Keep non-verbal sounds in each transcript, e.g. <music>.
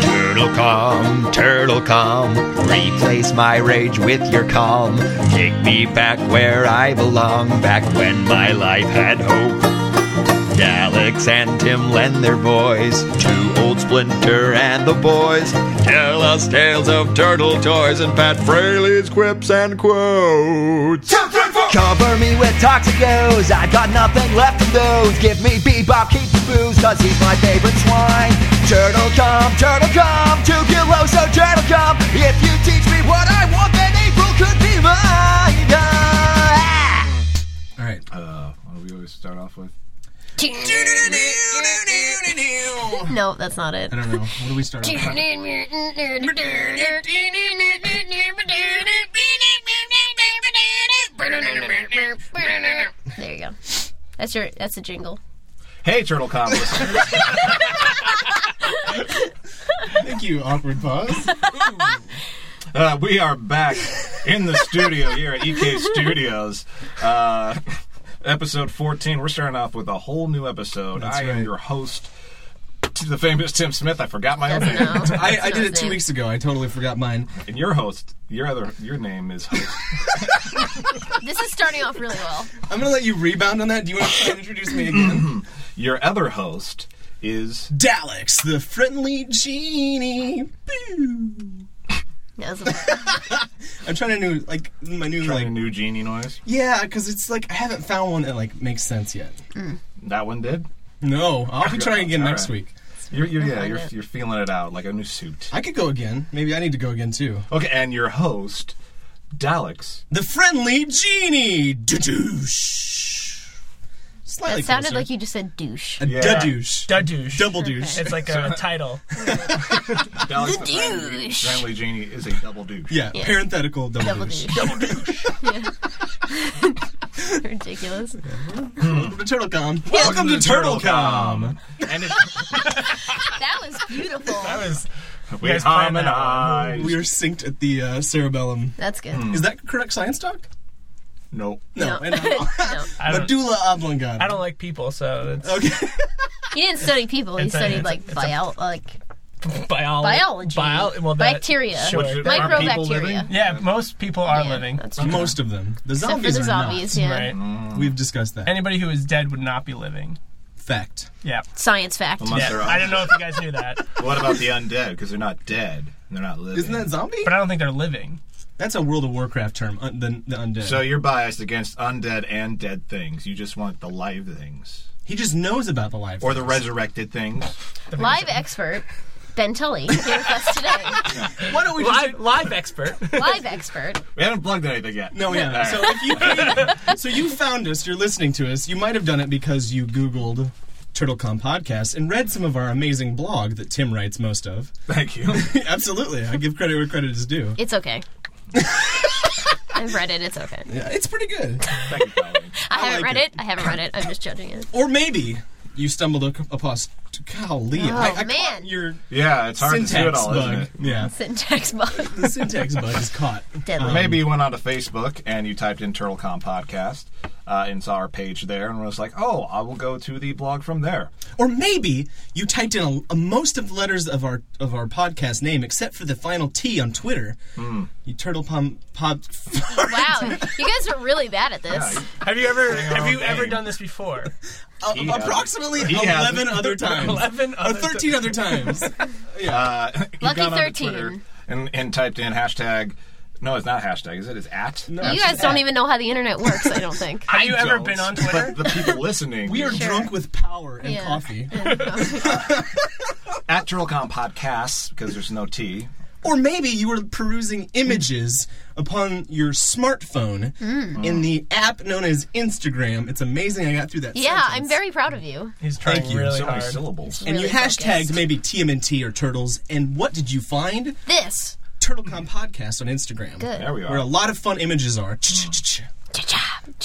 Turtle calm, turtle calm. Replace my rage with your calm. Take me back where I belong, back when my life had hope. Alex and Tim lend their voice to old Splinter and the boys. Tell us tales of turtle toys and Pat Fraley's quips and quotes. Cover me with toxicos, I've got nothing left of those. Give me bebop, keep the booze, cause he's my favorite swine. Turtle come, turtle come, two kilos of turtle come. If you teach me what I want, then April could be mine. Ah! All right. Uh, what do we always start off with? No, that's not it. I don't know. What do we start off with? There you go. That's your. That's a jingle. Hey, Turtle Com listeners. Thank you, awkward pause. Uh, we are back in the studio here at EK Studios. Uh, episode 14. We're starting off with a whole new episode. That's I am right. your host, t- the famous Tim Smith. I forgot my own That's <laughs> name. <laughs> <laughs> no. I, That's I did not his it two name. weeks ago. I totally forgot mine. And your host, your other, your name is host. This is starting off really well. I'm gonna let you rebound on that. Do you want to try and introduce me Mm. again? Your other host is Daleks, the friendly genie. That was a- I'm trying to new, like my new trying a like. new genie noise. Yeah, because it's like I haven't found one that like makes sense yet. That one did. No, I'll be trying again All next right. week. You're, you're yeah, you're, it. you're feeling it out like a new suit. I could go again. Maybe I need to go again too. Okay, and your host, Daleks. The friendly genie. Douche. Slightly It sounded closer. like you just said douche. a Yeah. douche. Dadouche. Double douche. It's like a title. Daleks the douche. Friendly Genie is a double douche. Yeah, parenthetical double, Double douche. douche. Yeah. <laughs> Ridiculous. Welcome to TurtleCom. Welcome to TurtleCom. and it, <laughs> That was beautiful. That was we guys planned that. harmonize. We are synced at the uh, cerebellum. That's good. Is that correct science talk? no. No. No. and no. <laughs> No. <laughs> I don't, Medulla oblongata. I don't like people, <laughs> so it's Okay. He didn't study people. He It's a- studied it's a- like it's a- bio, like biology. biology, Bio- well, that- bacteria, sure. Which- That- are people Microbacteria. living? yeah, most people are Yeah, living. That's true. Most of them. The Except for zombies the are zombies, yeah. Right. not. We've discussed that. Anybody who is dead would not be living. Fact. Yeah. Science fact. Unless yeah. they're I don't know if you guys knew that, What about the undead? Because they're not dead. They're not living. Isn't that zombie? but I don't think they're living. That's a World of Warcraft term. Un- the, the undead. so you're biased against undead and dead things. You just want the live things. he just knows about the life. Or the resurrected things. Live expert Ben Tully here with us today. Why don't we just? Live, live expert. Live expert. We haven't plugged anything yet. No, yeah. All So right. if you paid- so you <laughs> found us, you're listening to us. You might have done it because you Googled TurtleCom podcast and read some of our amazing blog that Tim writes most of. <laughs> Thank you. Absolutely, I give credit where credit is due. It's <laughs> okay. I've read it. It's okay. Yeah, it's pretty good. Thank you, Colleen. I haven't like read it. it. I haven't read it. I'm just judging it. Or maybe you stumbled ac- upon. Golly, oh, I, I caught man. your Yeah, it's hard to do it syntax all, bug. isn't it? Yeah, Syntax bug. the syntax bug is caught. Deadly. <laughs> Maybe you went onto Facebook and you typed in TurtleCom podcast uh, and saw our page there and was like, oh, I will go to the blog from there. Or maybe you typed in a, a, most of the letters of our of our podcast name, except for the final T on Twitter. Hmm. You turtle pom <laughs> pod. wow, you guys are really bad at this. Have you ever have you on ever name. done this before? Uh, He has- approximately he has- 11 <laughs> other times. 11 or other 13 other times. Uh, <laughs> he Lucky got onto 13. Twitter And, and typed in hashtag, no, it's not hashtag, is it? It's at. No. You guys don't even know how the internet works. I don't <laughs> think. Have you ever don't. been on Twitter? <laughs> But the people listening, We are drunk with power and Yeah. coffee. at TurtleCom podcasts because there's no T. Or maybe you were perusing images upon your smartphone Mm. in the app known as Instagram. It's amazing I got through that. Yeah, I'm sentence. very proud of you. He's trying Thank you. really So many hard. syllables. And you really hashtagged focused. maybe TMNT or turtles, and what did you find? This. TurtleCom podcast on Instagram, Mm. Good. There we where a are. lot of fun images are. Ch-ch-ch-ch.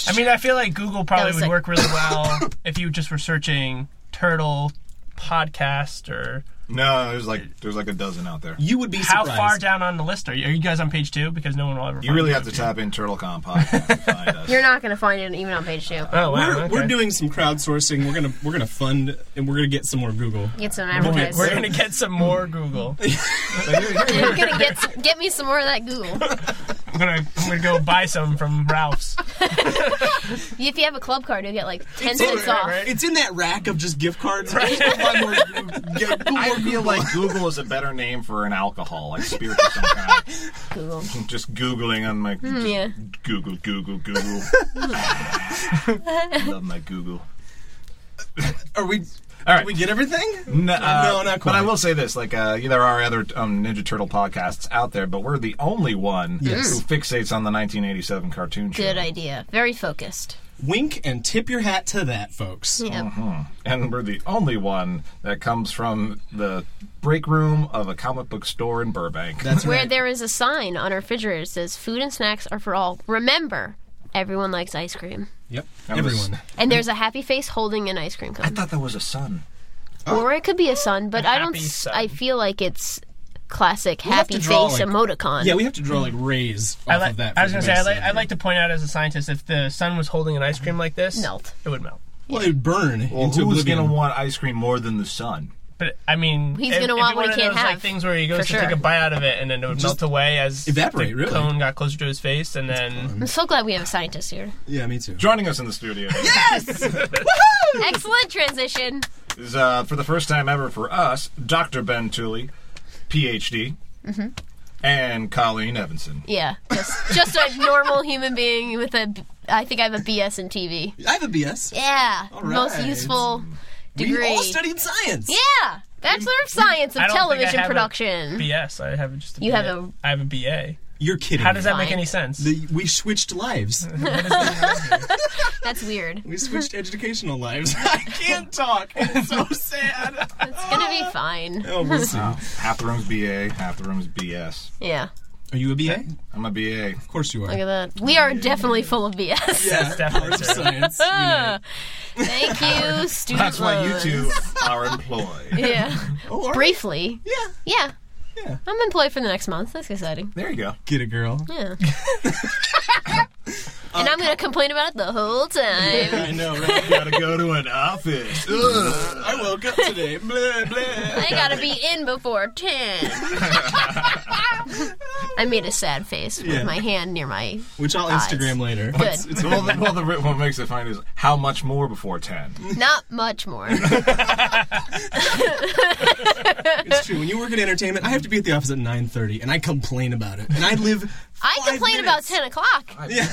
I mean, I feel like Google probably was would like- work really well if you just were searching turtle podcast or No, there's like there's like a dozen out there. You would be How surprised. far down on the list are you? Are you guys on page two? Because no one will ever. You find really it. have to tap in Turtle Com podcast to <laughs> find us. You're not gonna find it even on page two. Uh, Oh, wow. We're, okay. we're doing some crowdsourcing. We're gonna we're gonna fund and we're gonna get some more Google. Get some We're, advertising. we're gonna get some more Google. <laughs> You're gonna get s- get me some more of that <laughs> Google. <laughs> I'm gonna, I'm gonna go buy some from Ralph's. If you have a club card, you'll get like ten cents off. It's in that rack of just gift cards. Buy more Goo- get Google I Google. feel like Google is a better name for an alcohol, like spirit of some kind. Google. <laughs> Just googling on my Yeah. Google, Google, Google. <laughs> Love my Google. Are we? All Did right, we get everything? No, uh, No, not quite. But I will say this: like, uh, there are other um, Ninja Turtle podcasts out there, but we're the only one who fixates on the 1987 cartoon show, Good idea. Very focused. Wink and tip your hat to that, folks. Yep. and we're the only one that comes from the break room of a comic book store in Burbank. That's Where right. there is a sign on a refrigerator that says "Food and snacks are for all." Remember, everyone likes ice cream. Yep. That was- Everyone. And there's a happy face holding an ice cream I cone, thought that was a sun. or it could be a sun, but I don't. Happy s- sun. I feel like it's classic have happy to face draw, like- emoticon. Yeah, we have to draw like rays off I, like, of that. I for was gonna the say, I base like, of I'd it. like to point out as a scientist, if the sun was holding an ice cream like this, Melt. it would melt. Well, it would burn Well, into who's oblivion. gonna want ice cream more than the sun? But I mean, He's it- gonna it'd be want what one he of can't those, like, have, things where he goes for to sure. take a bite out of it, and then it would melt away as evaporate, The really. cone got closer to his face, and then I'm so glad we have a scientist here. yeah, me too. Joining us in the <laughs> studio Excellent transition. is, uh, for the first time ever for us, Dr. Ben Tooley, PhD, Mm-hmm. and Colleen Evanson. Yeah, just just a normal human being with a. b- I think I have a BS in TV. I have a BS. Yeah, right. most useful degree. We all studied science. yeah, Bachelor of Science of I don't think I Television have a Production. BS. I have just. A You BA. have a- I have a BA. You're kidding. How does that Fine. make any sense? The, we switched lives. <laughs> That's weird. we switched educational lives. <laughs> I can't talk. It's <laughs> so sad. It's gonna be fine. Oh, we'll see. Half the room's BA, half the room's BS. Yeah, Are you a BA? I'm a BA. Of course you are. look at that. We are definitely full of BS. Yeah, definitely arts of true. science. <laughs> Ah. Thank you, student. That's why you loans. two are employed. Yeah, Oh, all right. briefly. Yeah. Yeah. Yeah. I'm employed for the next month. That's exciting. There you go. Get a <laughs> girl. <laughs> Yeah. and I'm gonna complain about it the <laughs> whole time. I know, right? Gotta go to an office. Ugh. I woke up today. Blah, blah. I gotta be in before <laughs> ten. I made a sad face Yeah. with my hand near my. Which I'll Eyes. Instagram later. Good. It's- it's- well, the, well, the writ- what makes it funny is how much more before 10? Not <laughs> much more. It's true. When you work in entertainment, I have to be at the office at 9.30, and I complain about it. And I live <laughs> I five complain minutes. about ten o'clock <laughs> Yeah.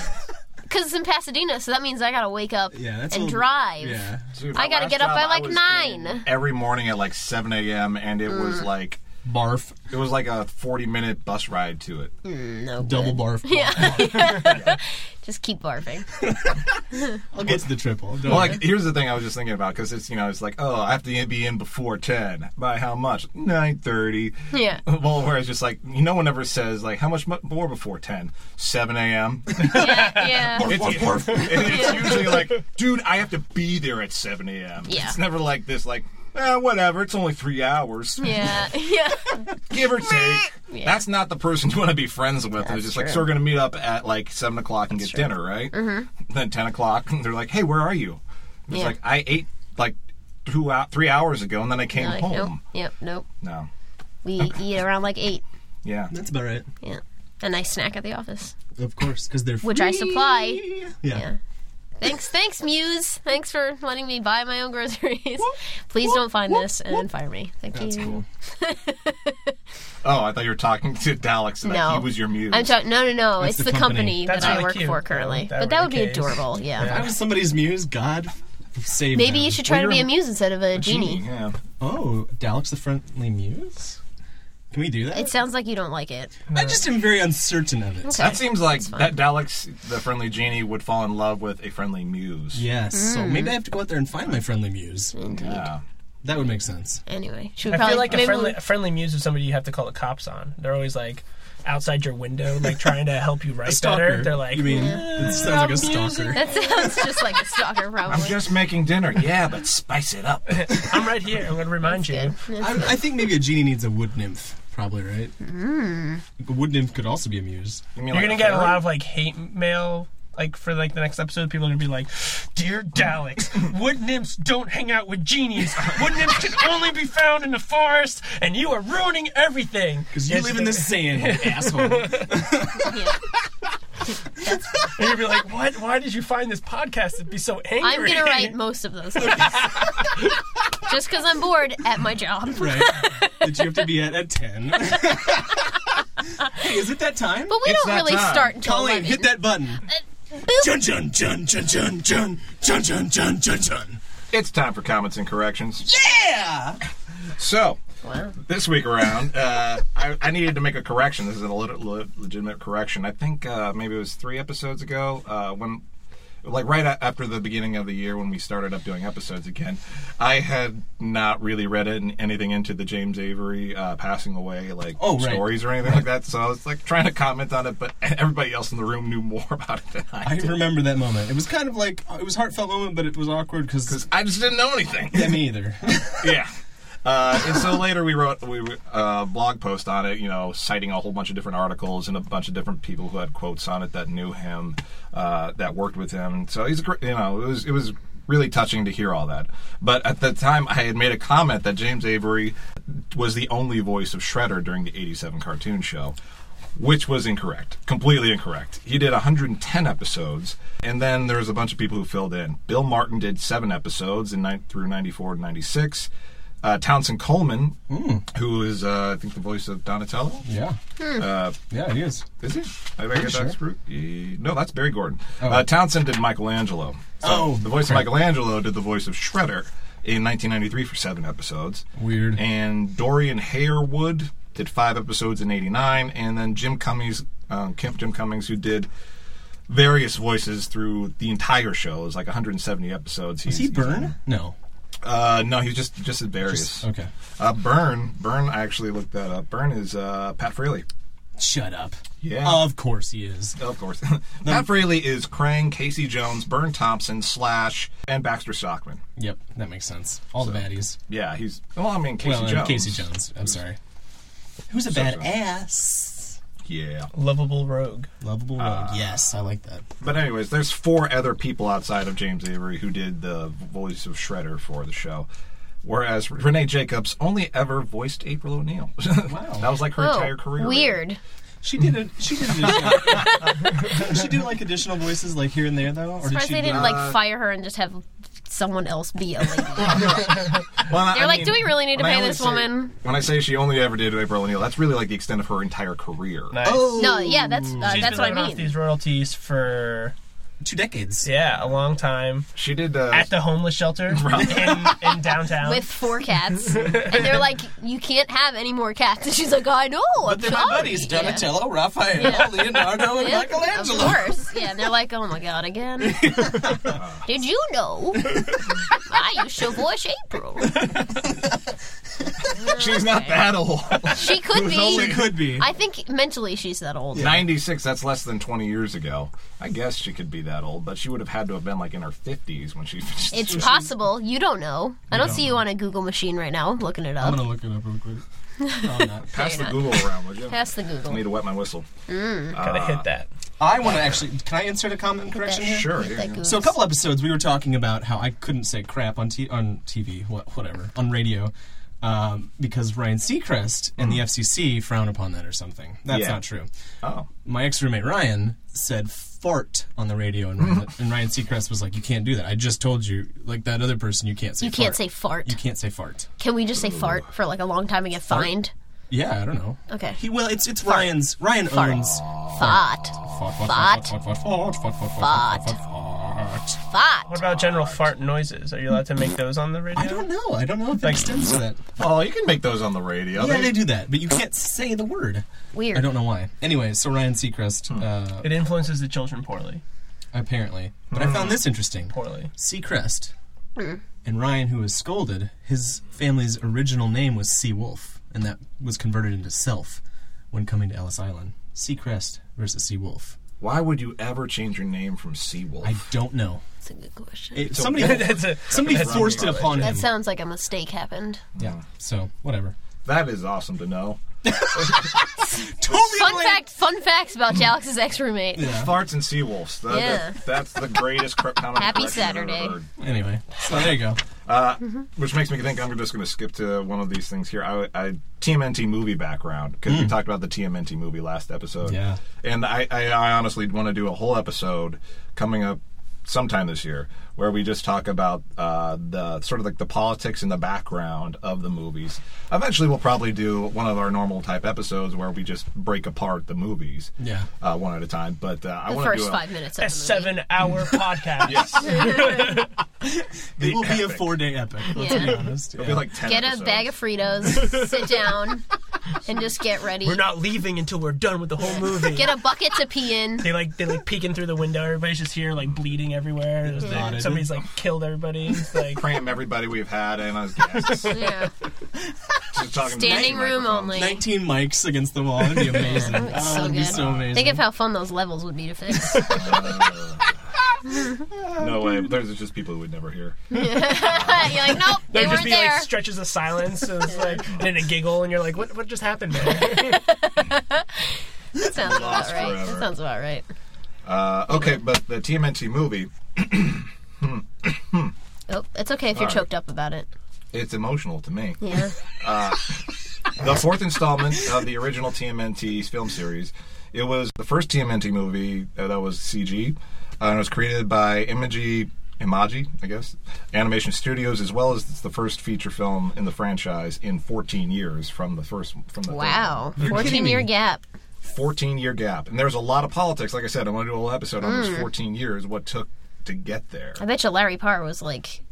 because it's in Pasadena, so that means I gotta wake up Yeah, that's a and little- drive. Yeah. Dude, I my gotta last get up job, by, I like, was nine. Mm. in Every morning at like 7 a.m., and it was like, Barf. it was like a 40 minute bus ride to it. No Double good. <laughs> barf. Just keep <laughs> barfing. I'll get to the triple. Don't Well, worry. like, here's the thing I was just thinking about because it's you know it's like oh I have to be in before ten by how much nine thirty <laughs> Yeah. well whereas just like no one ever says like how much mu- more before ten seven a.m. Yeah. <laughs> Yeah. It's, it's usually like dude I have to be there at seven a.m. Yeah. It's never like this like eh, whatever it's only three hours Yeah. Yeah. give or take. Yeah. That's not the person you want to be friends with. They're just like, true. so we're going to meet up at like 7 o'clock and get dinner, right? Mm-hmm. Then 10 o'clock, and they're like, hey, where are you? It's Yeah. like, I ate like two out, three hours ago and then I came Like, nope. home. Yep. Nope. No. We eat around like eight. Yeah. That's about right. Yeah. A nice snack at the office, Of course, because they're which I supply. Yeah. Yeah. Thanks, thanks, Muse. Thanks for letting me buy my own groceries. Please don't find this and fire me. Thank That's you. cool. Oh, I thought you were talking to Dalek and No. that he was your muse. I'm talking. No, no, no. That's it's the the company. company, That's that I really work cute. for That currently. would- that but would that be would be the case. adorable. Yeah. I was somebody's muse. God, save Maybe them. you should try to be Well, a you're- muse instead of a genie. Yeah. Oh, Dalek's the friendly muse. Can we do that? It sounds like you don't like it. I just am very uncertain of it. Okay. That seems like that Dalek's the friendly genie would fall in love with a friendly muse. Yes. Hmm. So maybe I have to go out there and find my friendly muse. Yeah. That would make sense. Anyway, should we I probably feel like a maybe friendly, we- a friendly muse is somebody you have to call the cops on. They're always like, outside your window, like trying to <laughs> help you write better. They're like, you mean it sounds like a stalker? That sounds just like a stalker, I'm probably. just making dinner. Yeah, but spice it <laughs> up. "Hmm, I'm right here. I'm going to remind you. I, I think maybe a genie needs a wood nymph, probably right. A wood nymph could also be a muse. You're going to get a lot of like hate mail. Like for like the next episode, people are gonna be like, <laughs> "Dear Daleks, wood nymphs don't hang out with genies. Wood nymphs can only be found in the forest, and you are ruining everything." Because you It's- live in the sand, asshole. Yeah. And you'll be like, "What? Why did you find this podcast to be so angry?" I'm gonna write most of those. Things. just because I'm bored at my job. right? that you have to be at at 10. hey, is it that time? But we It's don't that really time. start until Colleen, 11. hit that button. Boop. Jun jun jun jun jun jun jun jun jun jun jun. It's time for comments and corrections. Yeah. So, Wow. this week around, uh, I, I needed to make a correction. This is a lit- le- legitimate correction. I think uh, maybe it was three episodes ago uh, when, like, right a- after the beginning of the year when we started up doing episodes again, I had not really read in- anything into the James Avery uh, passing away, like Oh, right. stories or anything like that. So I was like trying to comment on it, but everybody else in the room knew more <laughs> about it than I I did. remember that moment. It was kind of like it was a heartfelt moment, but it was awkward because I just didn't know anything. yeah, me either. yeah. <laughs> Uh, and so later we wrote we uh, blog post on it, you know, citing a whole bunch of different articles and a bunch of different people who had quotes on it that knew him, uh, that worked with him. So he's a gr- you know it was it was really touching to hear all that. But at the time, I had made a comment that James Avery was the only voice of Shredder during the '87 cartoon show which was incorrect, completely incorrect. He did 110 episodes, and then there was a bunch of people who filled in. Bill Martin did seven episodes in nine through 94 and 96. Uh, Townsend Coleman, who is uh, I think the voice of Donatello, yeah. yeah, it is. is he? I think sure. that's screwed. Eh, No, that's Barry Gordon. Uh, Townsend did Michelangelo. So Oh, the voice crap. of Michelangelo did the voice of Shredder in 1993 for seven episodes. Weird. And Dorian Harewood did five episodes in '89, and then Jim Cummings, um, Kim, Jim Cummings, who did various voices through the entire show. It was like 170 episodes. Is he Burn? No. Uh, no, he's just just at various. Okay. Uh, Burn, Burn. I actually looked that up. Burn is uh, Pat Fraley. Shut up. Yeah. Of course he is. Of course. <laughs> Pat Fraley is Krang, Casey Jones, Burn Thompson, Slash, and Baxter Stockman. Yep, that makes sense. All the baddies. Yeah, he's. Well, I mean, Casey well, and Jones. Casey Jones. I'm sorry. Who's a badass? Yeah. <laughs> Lovable rogue. Lovable rogue. yes, I like that. But, anyways, there's four other people outside of James Avery who did the voice of Shredder for the show. Whereas Renee Jacobs only ever voiced April O'Neil. <laughs> Wow. that was like her entire career. Oh, weird. She did a she did additional, <laughs> she do like additional voices like here and there though, or did Surprised she? they do- didn't like fire her and just have someone else be a lady. Well, They're like, do we really need to when I pay only this say- woman? When I say she only ever did April O'Neil, that's really like the extent of her entire career. Nice. Oh. No, yeah, that's uh, She's that's what been living I Off mean. these royalties for two decades. yeah a long time She did. Uh, at the homeless <laughs> shelter in, in downtown. With four <laughs> cats, and they're like, "You can't have any more cats." And she's like, "I know." I'm They're sorry. my buddies: Oh, Yeah. Donatello, Raphael, Leonardo, and Yeah, Michelangelo. Of course. Yeah, and they're like, oh my god, again. Did you know? "Ah, I used to voice April. she's not that old. She could be. Only could be. I think mentally she's that old. 96, that's less than 20 years ago. I guess she could be that old, but she would have had to have been like in her 50s when she. <laughs> It's possible. You don't know. I don't, see you on a Google machine right now. I'm looking it up. gonna look it up real quick. Pass the Google around, would you? Pass the I need Google. to wet my whistle. Gotta hit that. I want to actually. Can I insert a comment and correction here? Sure. Hit here that you go. Google. So a couple episodes we were talking about how I couldn't say crap on t- on TV, what, whatever, on radio, um, because Ryan Seacrest and the FCC frown upon that or something. That's Yeah. not true. Oh. my ex roommate Ryan said fart on the radio, and Ryan, and Ryan Seacrest was like, "You can't do that. I just told you, like that other person, you can't say you fart. can't say fart. you can't say fart. Can we just say fart for like a long time and get fined? Yeah, I don't know. Okay. He well, it's it's Ryan's Ryan owns fart Fart. fart Fart. fart fart fart fart fart Fart. fart fart fart. What Fart. about general fart noises? Are you allowed to make those on the radio? I don't know. I don't know if it extends to that. Oh, you can make those on the radio. Yeah, They- they do that, but you can't say the word. Weird. I don't know why. Anyway, so Ryan Seacrest, uh, It influences the children poorly. apparently. But I found this interesting. Poorly. <laughs> Seacrest. Hmm. And Ryan, who was scolded, his family's original name was Seawolf, and that was converted into Self when coming to Ellis Island. Seacrest versus Seawolf. Why would you ever change your name from Seawolf? I don't know. That's a good question. It- somebody That's a, <laughs> somebody that's- forced it upon him. that sounds like a mistake happened. yeah. So whatever. That is awesome to know. Fun fact, fun facts about Alex's ex-roommate. Farts and Seawolves. That, Yeah. that- that's the greatest cr- kind of Happy correction I've ever Saturday. heard. Anyway, so there you go. Which makes me think I'm just going to skip to one of these things here. I, I TMNT movie background because we talked about the TMNT movie last episode. Mm. Yeah. and I, I, I honestly want to do a whole episode coming up sometime this year where we just talk about uh, the sort of like the politics in the background of the movies. Eventually, we'll probably do one of our normal type episodes where we just break apart the movies. Yeah. uh, one at a time. But uh, I The want to first do a, five minutes of a the movie. seven-hour <laughs> podcast. It will be a four-day epic. Let's Yeah. be honest. Yeah. It'll be like ten. Get a episodes. bag of Fritos, sit down, and just get ready. We're not leaving until we're done with the whole movie. Get a bucket to pee in. they like they like peeking through the window. Everybody's just here like bleeding everywhere. There's, like, Blotted. somebody's like killed everybody. <laughs> It's like Cram everybody we've had and as guests. Yeah. Just talking to Standing the room microphones. only. Nineteen mics against the wall. <laughs> It'd be amazing. It's oh, so it'd be good. so amazing. Think of how fun those levels would be to fix. No way. Mm-hmm. There's just people who would never hear. You're like, nope, they there'd weren't just be there. like stretches of silence. So it's <laughs> like and then a giggle, and you're like, what what just happened? Man? that sounds about lost right. forever. That sounds about right. Uh, Mm-hmm. okay, but the TMNT movie, Oh, it's okay if you're All right. choked up about it. it's emotional to me. Yeah. The fourth installment of the original TMNT film series. It was the first TMNT movie uh, that was CG, uh, and it was created by Imagi, Imagi, I guess, Animation Studios, as well as it's the first feature film in the franchise in 14 years from the first from the third Wow. kidding 14 me. year gap. 14 year gap. And there's a lot of politics. Like I said, I want to do a whole episode on Mm. those 14 years, what took to get there. I bet you Larry Parr was like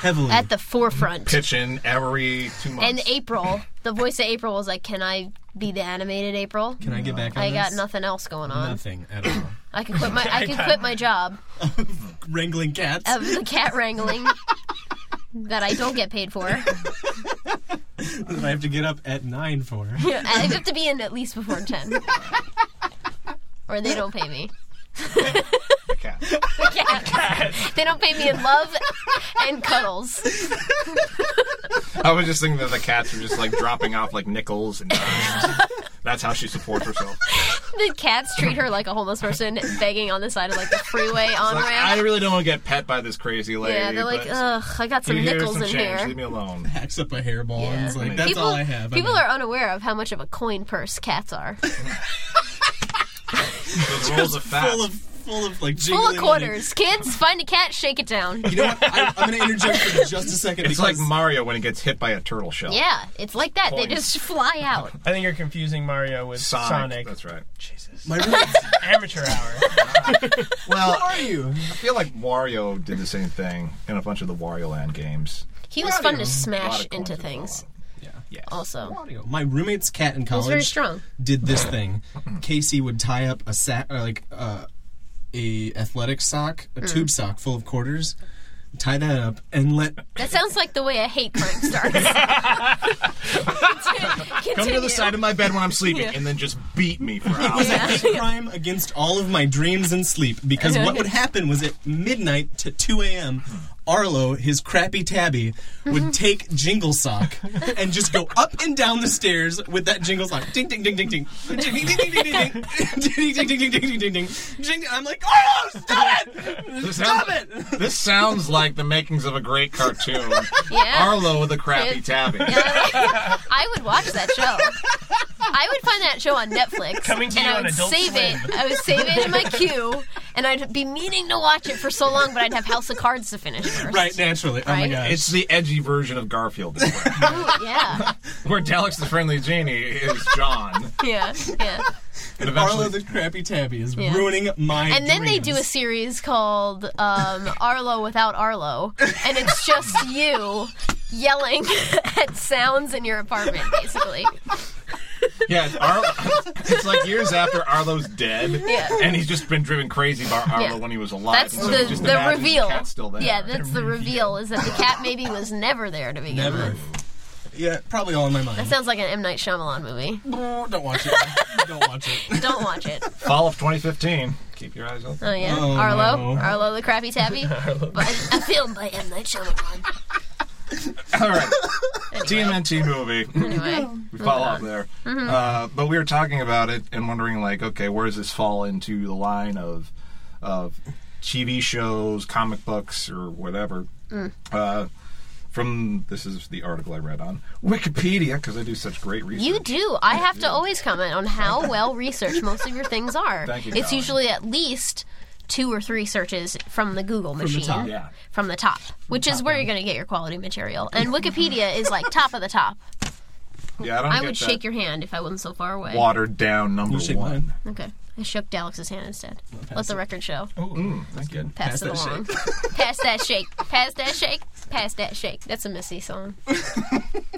heavily. at the forefront. Pitching every two months. And April, the voice of April was like, "Can I be the animated April? Can I get back on I got this? nothing else going on. Nothing at all. I can quit my I can quit my job <laughs> Wrangling cats. of the cat wrangling that I don't get paid for. that I have to get up at nine for. <laughs> I have to be in at least before ten, or they don't pay me. Cat. Cats. They don't pay me in love and cuddles. I was just thinking that the cats were just like dropping off like nickels and dimes. That's how she supports herself. The cats treat her like a homeless person begging on the side of like the freeway on Like, I ramp. really don't want to get pet by this crazy lady. Yeah, they're like, but ugh, I got some here's nickels some in change. here. Leave me <laughs> alone. Hacks up a hairball and it's like, that's people, all I have. People I are unaware of how much of a coin purse cats are. Those rolls of fat. full of full of like Full jingling of money. quarters. Kids, find a cat, shake it down. You know what? I, I'm gonna interject <laughs> for just a second. it's like because Mario when he gets hit by a turtle shell. Yeah, it's like that. They Coins. just fly out. I think you're confusing Mario with Sonic. Sonic. That's right. Jesus, my roommates- amateur hour. Well, How are you? I feel like Wario did the same thing in a bunch of the Wario Land games. He was fun to smash into things. Yeah. Also, Audio. My roommate's cat in college he's very strong. did this thing. Casey would tie up a sack, or like uh, a athletic sock, Mm. a tube sock full of quarters, tie that up, and let That sounds like the way a hate crime <laughs> starts. Continue. Come to the side of my bed when I'm sleeping and then just beat me for <laughs> hours. crime against all of my dreams and sleep because what would happen was at midnight to 2 a.m. Arlo, his crappy tabby, Mm-hmm. would take Jingle Sock and just go up and down the stairs with that Jingle Sock. Ding, ding, ding, ding, ding. Ding, ding, ding, ding, ding, ding. Ding, ding, ding, ding, ding, ding, ding, ding. Ding, ding. I'm like, Arlo, stop it! Stop it! This sounds like the makings of a great cartoon. <laughs> Yeah. Arlo with a crappy tabby. I would watch that show. I would find that show on Netflix, Coming to and you I on would Adult save it. I would save it in <laughs> my queue, and I'd be meaning to watch it for so long, but I'd have House of Cards to finish first. Right, naturally. Oh my Right? gosh. It's the edgy version of Garfield, this way, Yeah. where Daleks the Friendly Genie is John. Yeah. Yeah. And Arlo eventually, the crappy tabby is Yeah. ruining my And then they do a dreams. series called um, Arlo Without Arlo, and it's just you yelling <laughs> at sounds in your apartment, basically. yeah, it's, Arlo, <laughs> it's like years after Arlo's dead, Yeah. and he's just been driven crazy by Arlo Yeah. when he was alive. <laughs> That's and so the, he just the imagines reveal. cat's still there. Yeah, that's the reveal is that the cat maybe was never there to begin Never. with. Yeah, probably all in my mind. That sounds like an M Night Shyamalan movie. Oh, don't watch it. don't watch it. Don't watch it. Fall of 2015. Keep your eyes open. Oh yeah, Oh, Arlo, no. Arlo the Crappy Tabby, but a film by M Night Shyamalan. All right. <laughs> TMNT movie. Anyway, We fall off there. Mm-hmm. Uh, but we were talking about it and wondering, like, okay, where does this fall into the line of of TV shows, comic books, or whatever? Mm. Uh, from this is the article I read on Wikipedia because I do such great research. you do. I have to always comment on how well researched most of your things are. Thank you, It's Colin. usually at least two or three searches from the Google machine. top. Yeah. From the top, which is where you're going to get your quality material, and Wikipedia is like top of the top. Yeah, I don't I get would that shake your hand if I wasn't so far away. watered down number You shake one. mine. Okay. I shook Dalex's hand instead. Let pass the it. record show. Oh, that's good. Pass, it that along. <laughs> pass that shake. Pass that shake. Pass that shake. That's a Missy song.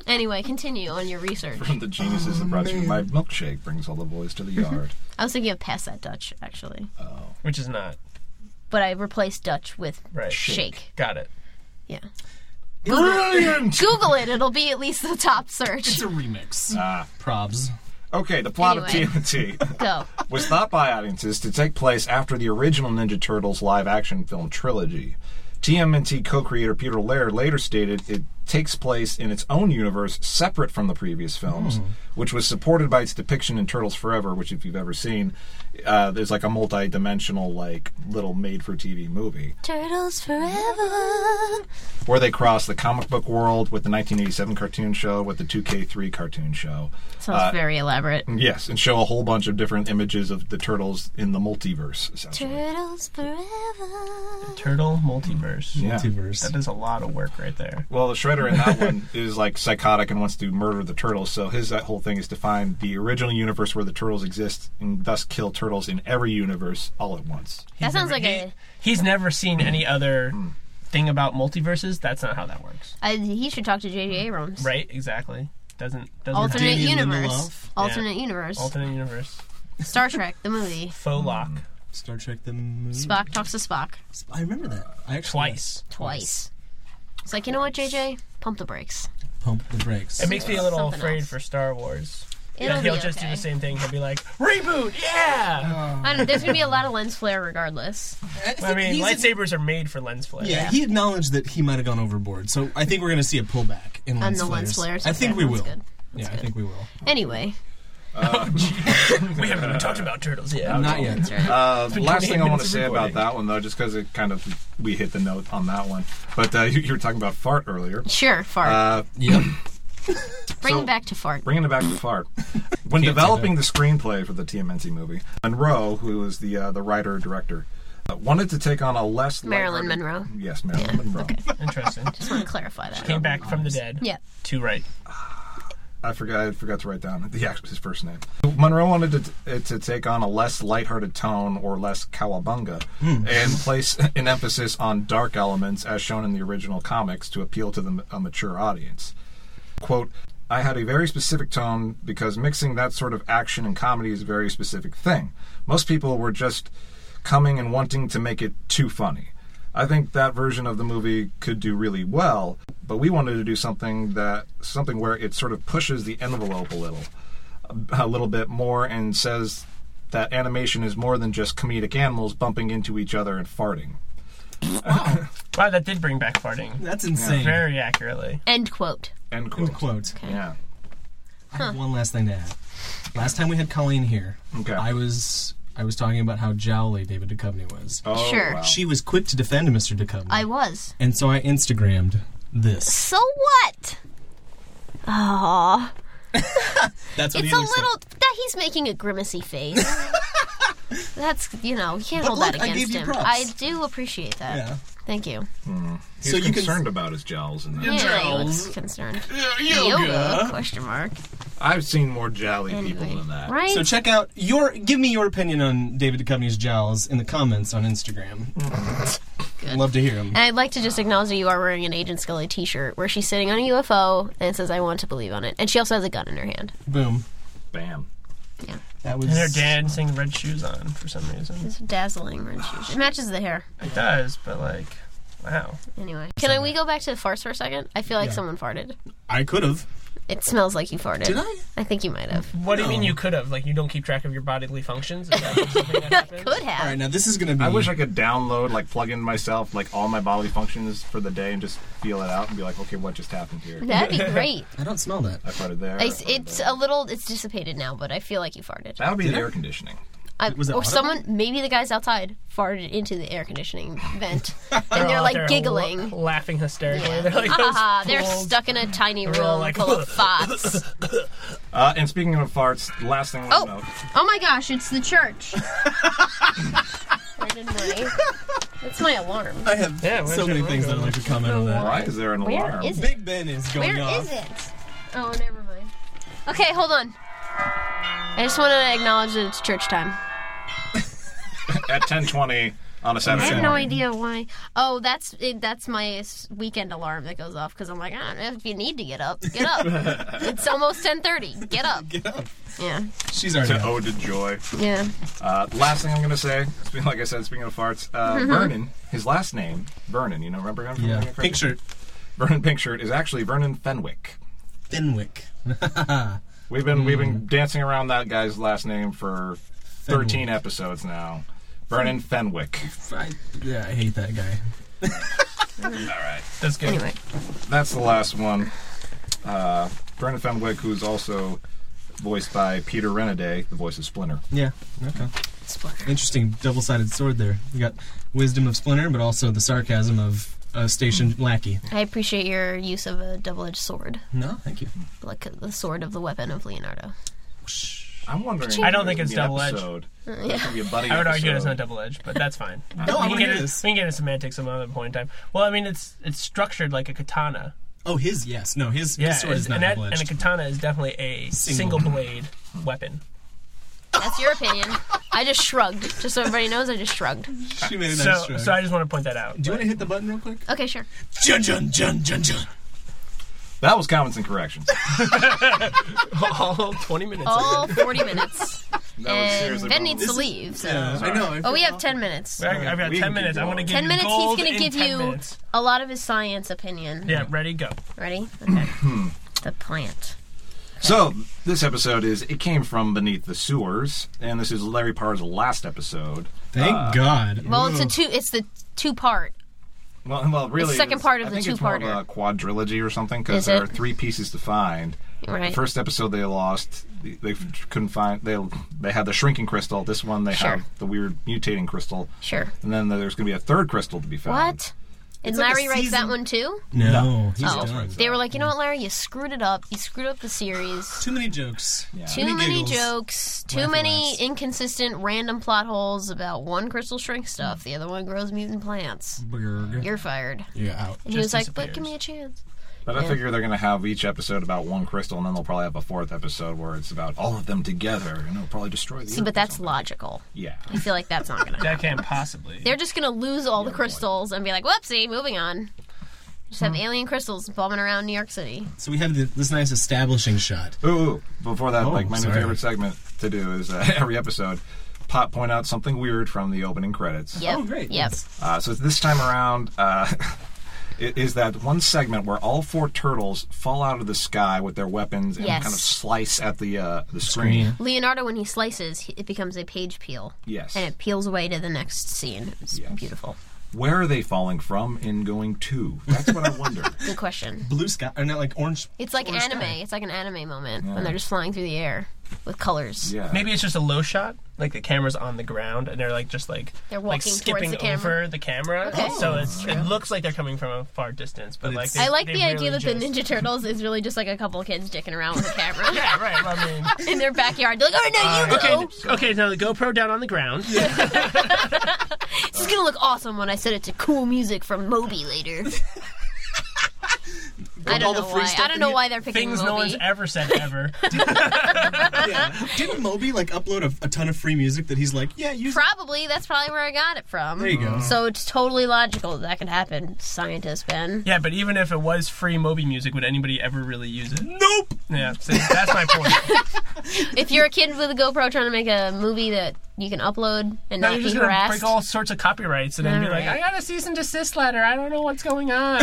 anyway, continue on your research. From <laughs> the Oh, geniuses that brought you my milkshake brings all the boys <laughs> to the yard. I was thinking of pass that Dutch actually, Which is not but I replaced Dutch with right. shake. Got it. Yeah. Brilliant. Google it. It'll be at least the top search. It's a remix. Ah. Probs. okay, the plot Anyway. of <laughs> TMNT. Go. <laughs> was thought by audiences to take place after the original Ninja Turtles live action film trilogy. TMNT co creator Peter Laird later stated it takes place in its own universe separate from the previous films, which was supported by its depiction in Turtles Forever, which, if you've ever seen, uh, there's like a multi dimensional, like, little made for TV movie Turtles forever. where they cross the comic book world with the 1987 cartoon show with the 2K3 cartoon show. Sounds Uh, very elaborate. mm. Yes, and show a whole bunch of different images of the turtles in the multiverse, essentially. Turtles forever. Turtle multiverse. Yeah. Multiverse. That is a lot of work right there. Well, the Shredder in that one <laughs> is like psychotic and wants to murder the turtles. So his that whole thing is to find the original universe where the turtles exist and thus kill turtles in every universe all at once. That sounds like he- a. He's never seen any other thing about multiverses. That's not how that works. I, he should talk to J.J. Abrams. Right? Exactly. Doesn't doesn't Alternate have- Damien universe. Lindelof. Alternate universe. alternate universe. Star Trek the <laughs> movie. Faux lock Mm. Star Trek the movie. Spock talks to Spock Sp- I remember that. I actually twice. twice. It's like you know what, JJ, pump the brakes. Pump the brakes. It makes me a little Something afraid else. for Star Wars. It'll that be he'll okay. just do the same thing. He'll be like, reboot, Uh, yeah. I don't, there's gonna be a lot of lens flare regardless. I mean, He's a- lightsabers are made for lens flare. Yeah, he acknowledged that he might have gone overboard, so I think we're going to see a pullback in On lens the lens flares. flares. I think Okay, we that's will. good. Yeah, I think we will. Anyway, we haven't even talked about turtles yet. Uh, Not yet. Uh, last thing I want to minutes say of about recording. that one, though, just because it kind of we hit the note on that one. But uh, <laughs> you, you were talking about fart earlier. sure, fart. Uh, Yep. Bring so- it back to fart. Bringing it back to fart. When developing the screenplay for the TMNT movie, Monroe, who was the uh, the writer director, uh, wanted to take on a less Marilyn lighthearted- Monroe. Yes, Marilyn Monroe. Interesting. Just want to clarify that. Came back from the dead. Yeah. To right. I forgot. I forgot to write down the actual his first name. Monroe wanted to, it to take on a less lighthearted tone or less cowabunga, and place an emphasis on dark elements as shown in the original comics to appeal to the, a mature audience. "Quote: I had a very specific tone because mixing that sort of action and comedy is a very specific thing. Most people were just coming and wanting to make it too funny." I think that version of the movie could do really well, but we wanted to do something that something where it sort of pushes the envelope a little, a little bit more, and says that animation is more than just comedic animals bumping into each other and farting. Wow, that did bring back farting. That's insane. Very accurately. End quote. End quote. Good quote. Yeah. I have one last thing to add. Last time we had Colleen here, Okay. I was I was talking about how jowly David Duchovny was. Oh, Sure. wow. She was quick to defend Mr. Duchovny, I was. and so I Instagrammed this. So what? Aww. That's what he It's a looks like. little that he's making a grimacy <laughs> face. That's you know you can't But hold look, that I against gave you him. props. I do appreciate that. Yeah. Thank you. He's So you can- concerned about his jowls and that. Yeah, he Jowls. looks concerned. yoga. Question mark. I've seen more jolly people Anyway, than that. right? So check out your give me your opinion on David Duchovny's jowls in the comments on Instagram. Love to hear them. And I'd like to just acknowledge that you are wearing an Agent Scully T-shirt where she's sitting on a UFO and it says "I want to believe" on it, and she also has a gun in her hand. Boom. Bam. That was And they're dancing red shoes on for some reason. It's dazzling. Red shoes. It matches the hair. It does, but like, wow. Anyway, can I, we go back to the farce for a second? I feel like someone farted. I could have. It smells like you farted. Did I? I think you might have. What do you mean you could have? Like you don't keep track of your bodily functions? <laughs> Is that something that happens? Could All have. right, now this is gonna be. I wish I could download, like, plug in myself, like, all my bodily functions for the day and just feel it out and be like, okay, what just happened here? <laughs> That'd be great. I don't smell that. I farted there. I It's, farted it's there. a little. It's dissipated now, but I feel like you farted. That would be the air conditioning. I, Was it or audible? someone, maybe the guys outside farted into the air conditioning <laughs> vent, and they're out like there giggling. la- laughing hysterically. <laughs> They're like, Ha ha those ha, They're fools. stuck in a tiny room all like, <laughs> full of thoughts. Uh, and speaking of farts, the last thing I want to Oh, note. oh my gosh! It's <laughs> the church. Where did my? That's my alarm. I have Yeah, why so don't many you things roll that I'd like to comment on that. Why is there an Where alarm? is it? Big Ben is going Where is off. it? Oh, never mind. Okay, hold on. I just wanted to acknowledge that it's church time. At 1020 on a I Saturday have no morning. idea why. Oh, that's it, that's my s- weekend alarm that goes off because I'm like, ah, if you need to get up, get up. it's almost ten thirty. Get <laughs> up. Get up. Yeah, She's already. To up. Ode to Joy. yeah. Uh, last thing I'm going to say, it's been- like I said, speaking of farts, Mm-hmm. uh, Vernon, his last name, Vernon, you know, remember him? From Yeah. Living Crazy? Pink shirt. Vernon Pinkshirt is actually Vernon Fenwick. Fenwick. We've been we've been dancing around that guy's last name for 13 episodes now. Vernon Fenwick. I, yeah, I hate that guy. That's good. Anyway, That's the last one. Uh, Vernon Fenwick, who's also voiced by Peter Renaday, the voice of Splinter. Yeah. Okay. Splinter. Interesting double-sided sword there. We got wisdom of Splinter, but also the sarcasm of a stationed lackey. I appreciate your use of a double-edged sword, No, thank you. like the sword of the weapon of Leonardo. I'm wondering. I don't if think there's it's gonna be an double-edged. Uh, episode. There's Yeah. gonna be a buddy I would argue it's episode. not double edged, but that's <laughs> fine. No, I we, wanna can hear get this. we can get into semantics some other point in time. Well, I mean, it's it's structured like a katana. Oh, his yes. No, his, Yeah, his sword it's- is not and, that- and a double-edged. katana is definitely a Single. single, blade weapon. That's your opinion. I just shrugged, just so everybody knows. I just shrugged. She made a nice So, shrug. so I just want to point that out. Do you want to hit the button real quick? Okay, sure. Jun jun jun jun jun. That was comments and <laughs> corrections. <laughs> All twenty minutes. All forty minutes, That was and seriously Ben double- needs to leave. So. Yeah, I know. Oh, we have ten minutes. I, have got We can keep ten minutes. I want to going. give 10 you minutes, he's gold gonna in give 10 you- minutes. A lot of his science opinion. Yeah, ready, go. Ready? Okay. the plant. So, this episode is It Came From Beneath the Sewers, and this is Larry Parr's last episode. Thank Ah. God. Well, it's a two. It's the two part. Well, well really. second it's- part of I the think it's more of two-parter. a quadrilogy or something, Is because there it? are three pieces to find. Right. The first episode they lost, they, they couldn't find. They they had the shrinking crystal. This one they Sure. have the weird mutating crystal. Sure. And then there's going to be a third crystal to be found. What? And like a Larry writes that season- one too. no, he's Oh. done. They were like, you know what, Larry, you screwed it up. You screwed up the series. Too many jokes. Too many giggles. jokes. Too Laugh many laughs. inconsistent, random plot holes about one crystal shrinks stuff, the other one grows mutant plants. Brrrr. You're fired. You're out. And he was Just like, but give disappears. me a chance. But I figure they're going to have each episode about one crystal, and then they'll probably have a fourth episode where it's about all of them together, and it'll probably destroy the See, Earth or but that's something. logical. Yeah. I feel like that's not gonna. That can't possibly. They're just gonna lose all the crystals and be like, whoopsie, moving on. Just have alien crystals bombing around New York City. So we have the, this nice establishing shot. Ooh, ooh, before that, Oh, like my new sorry. favorite segment to do is uh, <laughs> every episode, pop point out something weird from the opening credits. Yep. Oh, great. Yep. Uh, so this time around, uh, <laughs> it is that one segment where all four turtles fall out of the sky with their weapons and Yes. kind of slice at the uh, the screen. Leonardo, when he slices, he- it becomes a page peel. Yes. And it peels away to the next scene. It's Yes. beautiful. Where are they falling from and going to? That's what I <laughs> wonder. Good question. Blue sky, or not like orange. It's like orange anime. sky. It's like an anime moment when they're just flying through the air with colors. Yeah. Maybe it's just a low shot, like the camera's on the ground, and they're like just like They're like walking towards skipping the camera. over the camera. Okay. so it's, it looks like they're coming from a far distance, but, But like it's- I they, like they the idea really that the just- Ninja Turtles is really just like a couple of kids dicking around with a camera Yeah, <laughs> right. I <laughs> mean, in their backyard. They're like, oh, no, you okay, go. okay. Now the GoPro down on the ground. This is going to look awesome when I set it to cool music from Moby later. I all don't the know free why. stuff I in don't know it. why they're picking Things Moby. no one's ever <laughs> said ever. Yeah. Didn't Moby like upload a, a ton of free music that he's like, yeah, use. it. Probably that's probably where I got it from. There you go. So it's totally logical that that could happen, scientist Ben. yeah, but even if it was free Moby music, would anybody ever really use it? Nope. Yeah, see, that's my point. If you're a kid with a GoPro trying to make a movie that you can upload and Now not you're be just gonna break harassed. all sorts of copyrights and then be like, Alright. I got a cease and desist letter. I don't know what's <laughs> going on.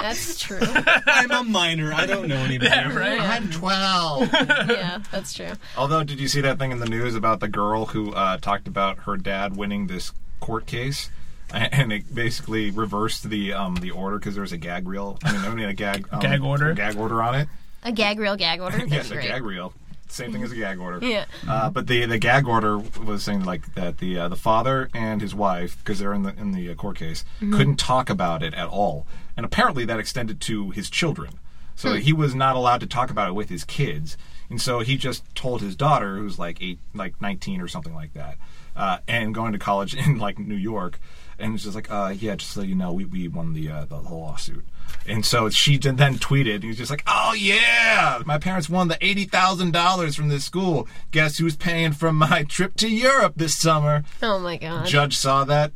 That's true. I'm <laughs> a minor. I don't know anybody. right? I'm 12. yeah, that's true. <laughs> Although, did you see that thing in the news about the girl who uh, talked about her dad winning this court case? A- And it basically reversed the um, the order because there was a gag reel. I mean, I mean a gag um, Gag order. gag order on it. A gag reel gag order. That'd yes, be a great. Hmm. gag reel. Same thing as a gag order. Yeah. Uh, but the the gag order was saying like that the uh, the father and his wife because they're in the in the uh, court case couldn't talk about it at all, and apparently that extended to his children. So he was not allowed to talk about it with his kids, and so he just told his daughter, who's like eight, like nineteen or something like that, uh, and going to college <laughs> in like New York, and it's just like, uh, yeah, just so you know, we, we won the uh, the whole lawsuit. And so she did- then tweeted, and he was just like, "Oh yeah, my parents won the eighty thousand dollars from this school. Guess who's paying for my trip to Europe this summer?" Oh my god. Judge saw that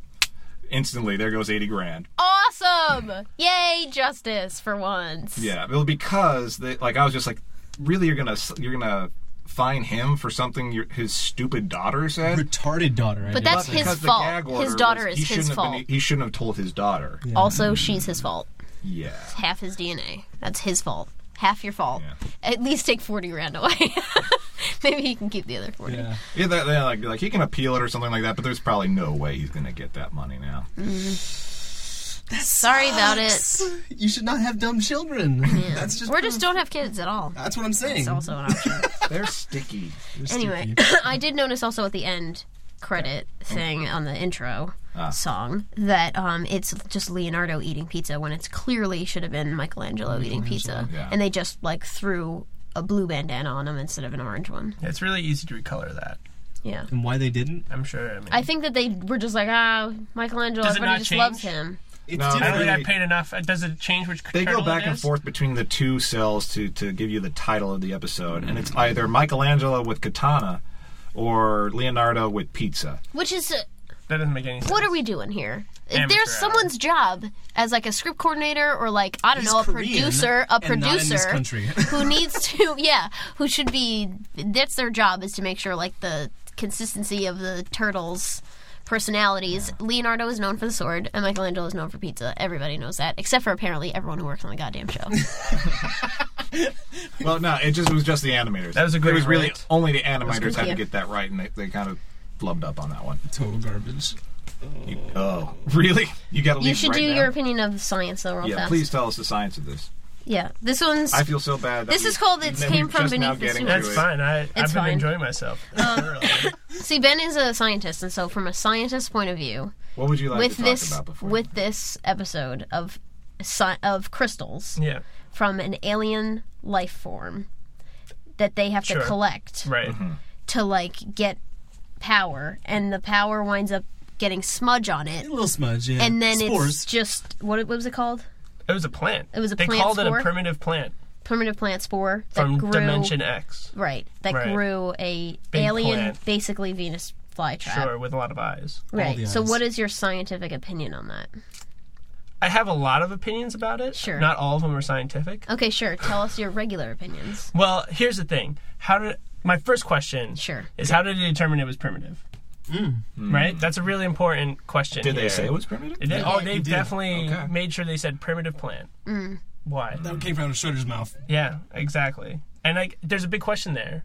instantly. There goes eighty grand. awesome! Yay, justice for once. Yeah, well, because they, like I was just like, really, you're gonna you're gonna fine him for something your, his stupid daughter said. Retarded daughter. I But guess. that's Because his the fault. gag order His daughter was- is he his shouldn't have been- e, fault. he shouldn't have told his daughter. Also, she's his fault. yeah. Half his DNA. That's his fault. Half your fault. Yeah. At least take 40 grand away. <laughs> Maybe he can keep the other 40. Yeah. Yeah, that, that, like, like he can appeal it or something like that, but there's probably no way he's gonna get that money now. Sorry about it. You should not have dumb children. That's just Or just don't have kids at all. That's what I'm saying. It's also an option. They're sticky. anyway, <coughs> I did notice also at the end credit thing on the intro song that um, it's just Leonardo eating pizza when it's clearly should have been Michelangelo eating pizza, yeah. and they just like threw a blue bandana on him instead of an orange one. it's really easy to recolor that. Yeah. And why they didn't? I'm sure. I mean, I think that they were just like, ah, Michelangelo, Does it everybody not just loves change? him. It's No, I don't different. think I paid enough. Uh, Does it change which? They go turtle back it and is? forth between the two cells to to give you the title of the episode, and it's either Michelangelo with katana or Leonardo with pizza. Which is, uh, That doesn't make any sense. what are we doing here? Amateur There's hour. someone's job as like a script coordinator or like I don't He's know a Korean producer, a and not in this producer country. <laughs> who needs to yeah, who should be that's their job is to make sure like the consistency of the turtles personalities. Leonardo is known for the sword and Michelangelo is known for pizza. Everybody knows that except for apparently everyone who works on the <laughs> goddamn show. Well, no, it just it was just the animators. That was a It great was really rant. only the animators had Yeah. to get that right, and they, they kind of flubbed up on that one. Total garbage. You- oh, really? You got to leave you should right do now? your opinion of science though real Yeah, fast. please tell us the science of this. Yeah. This one's I feel so bad. That This we- is called It's that Came we're From just Beneath now the getting Sewers. to That's it. fine. I, I've fine. been <laughs> enjoying myself. thoroughly. See Ben is a scientist and so from a scientist's point of view, What would you like with to talk this about before? with this episode of sci- of crystals yeah, from an alien life form that they have Sure. to collect right. Mm-hmm. to like get power and the power winds up getting smudge on it A little smudge, yeah. and then it's Spores. just what, what was it called It was a plant. It was a They plant called it spore? a primitive plant primitive plant spore that from grew Dimension X. right that Right. grew a Big alien plant. basically venus flytrap Sure, with a lot of eyes. right the so eyes. what is your scientific opinion on that I have a lot of opinions about it. Sure. Not all of them are scientific. okay sure tell us your regular opinions Well, here's the thing. How did my first question? Sure. Is how did they determine it was primitive? Mm. Right. That's a really important question. Mm. Did they here. say it was primitive? They- oh, they did. definitely Okay. made sure they said primitive plant. Mm. Why? that came out of Schroeder's mouth. Yeah, exactly. And like, there's a big question there.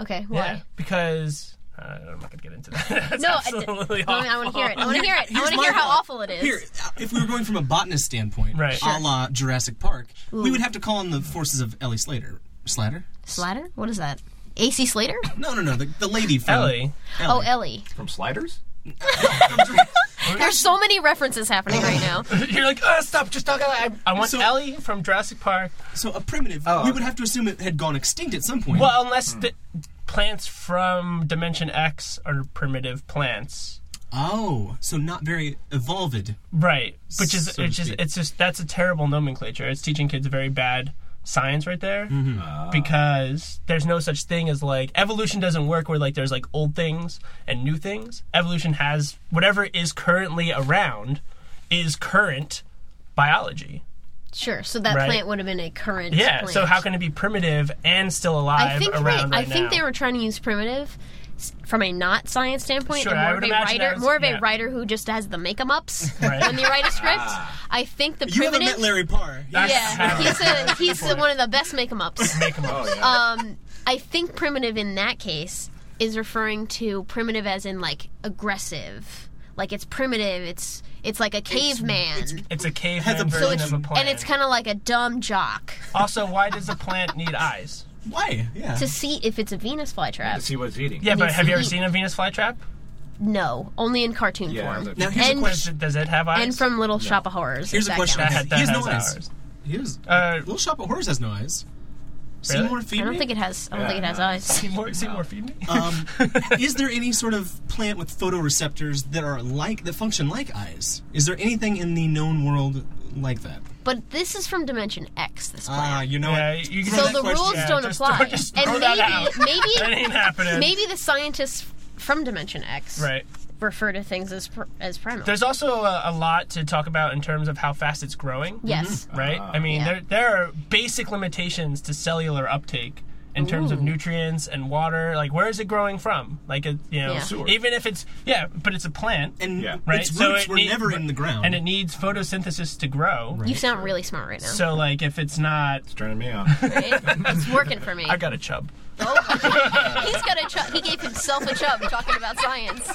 okay why Yeah, because uh, I'm not gonna get into that. <laughs> That's No, I- absolutely No, I, mean, I want to hear it. I <laughs> want to hear it. I Here's want to my hear how thought. awful it is. Here, if we were going from a botanist standpoint, Right. a la Jurassic Park, we would have to call on the forces of Ellie Slater. Slater? Slater? What is that? AC Slater? No, no, no. The, the lady from Ellie. Oh, Ellie. From sliders? There's so many references happening right now. <laughs> You're like, oh, stop, just talk. I, I want So- Ellie from Jurassic Park. So a primitive. Oh, we okay. would have to assume it had gone extinct at some point. Well, Hmm. unless the plants from Dimension X are primitive plants. oh, so not very evolved. Right, which is So to it's just speak. it's just that's a terrible nomenclature. It's teaching kids very bad science right there Mm-hmm. Ah. because there's no such thing as like evolution doesn't work where like there's like old things and new things. Evolution has whatever is currently around is current biology. <laughs> Sure. So that Right. plant would have been a current. Yeah, so plant. how can it be primitive and still alive I think they, around right I think now? they were trying to use primitive s- from a not science standpoint, Sure, and I more would of a imagine that writer, was- more of yeah. a writer who just has the make em ups Right. when they write a <laughs> script. I think the You haven't primitive. met Larry Parr. Uh, He- yeah, he's a, he's a, one of the best make em ups. Make 'em up. Oh yeah. Um, I think primitive in that case is referring to primitive as in like aggressive, like it's primitive. It's it's like a caveman. It's a Has a caveman so version it's- of a plant. and it's kind of like a dumb jock also, why does a plant need eyes? Why? Yeah. to see if it's a Venus flytrap. See what's eating. Yeah, but It's have you ever neat. seen a Venus flytrap? No, only in cartoon Yeah. form. now the- here's a And- Does question. it, does it have eyes? And from Little Shop of Horrors. Here's if a that question. that, counts. ha- that He has has no no eyes. eyes. Here's Uh, Little Shop of Horrors has no eyes. Really? Seymour I Phoebe. don't think it has. I don't think it has Yeah. eyes. Seymour, Seymour Phoebe. Um, is there any sort of plant with photoreceptors that are like that function like eyes? Is there anything in the known world like that? But this is from Dimension X. This Ah, planet. you know yeah, what? you can so that the question- rules yeah, don't just apply. throw- just throw and that maybe, out. maybe, That ain't happening. maybe the scientists from Dimension X Right. refer to things as pr- as primal. There's also a, a lot to talk about in terms of how fast it's growing. yes. Right? Mm-hmm. I mean, Yeah. there, there are basic limitations to cellular uptake in terms of Ooh. nutrients and water. Like, where is it growing from? Like, it, you know, Yeah. Sewer. even if it's, yeah, but it's a plant. And Yeah. right? its roots So it were need- never in the ground. And it needs photosynthesis to grow. You sound really smart right now. So, like, if it's not. Turning me <laughs> on. it's working for me. I got a chub. He's got a chub. He gave himself a chub talking about science.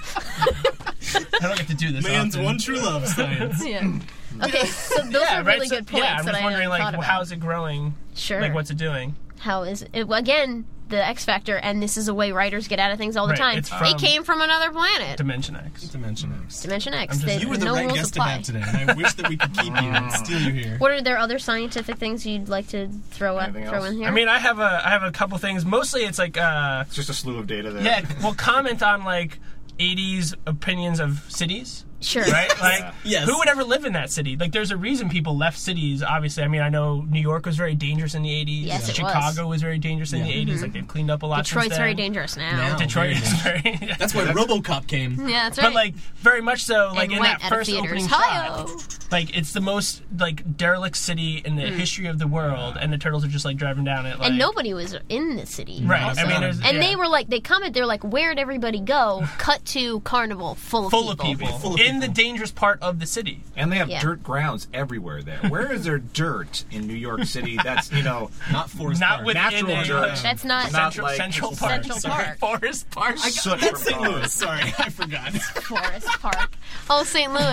I don't get to <laughs> do this. Man's often. one true <laughs> love science. Yeah. <laughs> Okay, so those Yeah, are right, really so- good points Yeah, I'm that just I wondering, hadn't like, thought about. how's it growing? sure. Like, what's it doing? how is it well, again the X Factor, and this is a way writers get out of things all the Right, time. it's from- it came from another planet, Dimension X. Dimension X. Dimension X. just- They, You were the no right rules guest to apply. have today, and I wish that we could keep you and steal you here. What are there other scientific things you'd like to throw up, Anything throw else? in here? I mean, I have a I have a couple things. Mostly, it's like uh, It's just a slew of data there. yeah. Well, comment on like '80s opinions of cities, sure. right? <laughs> Like, Yes. who would ever live in that city? Like, there's a reason people left cities. Obviously, I mean, I know New York was very dangerous in the '80s. Yes, it Mm-hmm. Chicago was. very dangerous Yeah. in the '80s. Like, they've cleaned up a lot. Detroit's since very then. dangerous now. Now. Very Detroit is very. <laughs> yeah. That's why RoboCop came. Yeah, that's right. But like very much so, like and in went that out first of theaters. opening shot, Hi-yo. like it's the most like derelict city in the history of the world, and the turtles are just like driving down it. Like, Mm. And nobody was in the city. Right, I also. mean, there's- and yeah. they were like, they comment, they're like, where'd everybody go? <laughs> Cut to carnival full of full of people. people, Full of in people. the dangerous part of the city. And they have Yeah. dirt grounds everywhere there. Where is there dirt in New York City that's, you <laughs> know, Not Forrest Not Park. within natural a dirt. That's not, Not central, like- central park. Central Sorry, Park. Forest Park. soot That's from St. cars? Louis. Sorry, I forgot. Forest Park. Oh, <laughs> St. Louis.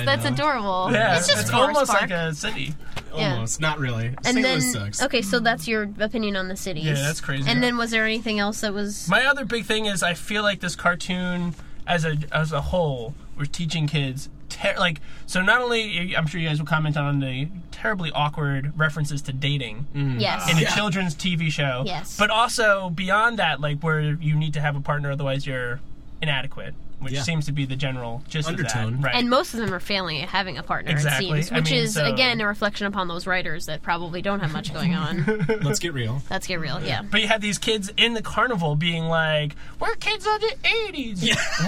I that's know. adorable. <laughs> yeah, it's just Forest almost Park. like a city. Yeah. Almost. Not really. and St. then Louis sucks. okay, so that's your opinion on the cities. Yeah, that's crazy. And then was there anything else that was? My other big thing is I feel like this cartoon, as a as a whole, we're teaching kids ter- like so. Not only I'm sure you guys will comment on the terribly awkward references to dating. Mm. yes. in a children's TV show. Yes. But also beyond that, like where you need to have a partner, otherwise you're inadequate, which Yeah. seems to be the general gist Undertone. of that. Right. and most of them are failing at having a partner, Exactly. it seems, I which mean, is so- again a reflection upon those writers that probably don't have much going <laughs> on. Let's get real. Let's get real, yeah. but you have these kids in the carnival being like, "We're kids of the '80s.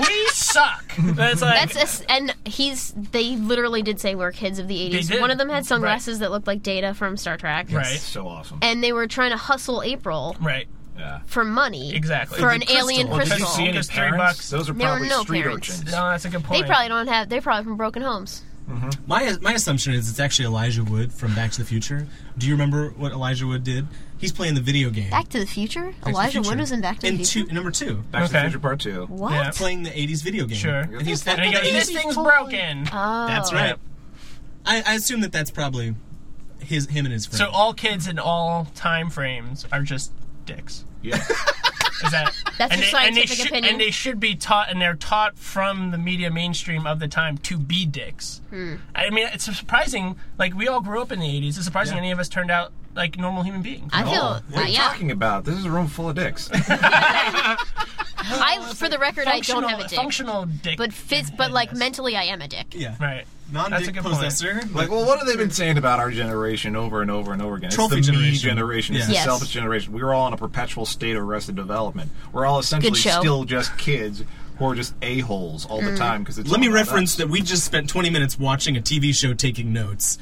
We <laughs> suck." And it's like, That's a s and he's they literally did say we're kids of the eighties. did. One of them had sunglasses that looked like Data from Star Trek, right, So awesome. and they were trying to hustle April right, Yeah. for money exactly. for The an crystal. alien Well, did Did you crystal. see any Just three bucks. parents? Those are There were probably no street parents. urchins. no, that's a good they point. probably don't have. They're probably from broken homes. My my assumption is it's actually Elijah Wood from Back to the Future. Do you remember what Elijah Wood did? He's playing the video game. Back to the Future. the Elijah Future. Wood was in Back to the in Future. two, number two, Back to the Okay. Future Part 2. What? Yeah. playing the '80s video game. Sure. and he's And you go, He's- this thing's broken. Oh. That's Yeah. right. I, I assume that that's probably his him and his friend. So oh, all kids in all time frames are just dicks. <laughs> Yeah. Is that That's your scientific should, opinion? And they should be taught, and they're taught from the media mainstream of the time to be dicks. Hmm. I mean, it's surprising. Like we all grew up in the '80s. It's surprising Yeah. any of us turned out like normal human beings. I feel. all. What are uh, you yeah. talking about? This is a room full of dicks. I, for the record, I don't have a dick. Functional dick, But phys- but like mentally, I am a dick. yeah, right. That's a non-dick good point. possessor. like, well, what have they been saying about our generation over and over and over again? It's Trophy the me generation. generation. It's Yeah. the Yes. selfish generation. We were all in a perpetual state of arrested development. We're all essentially Good show. Mm. still just kids who are just a-holes all the time. Because Let me reference that we just spent 20 minutes watching a TV show taking notes.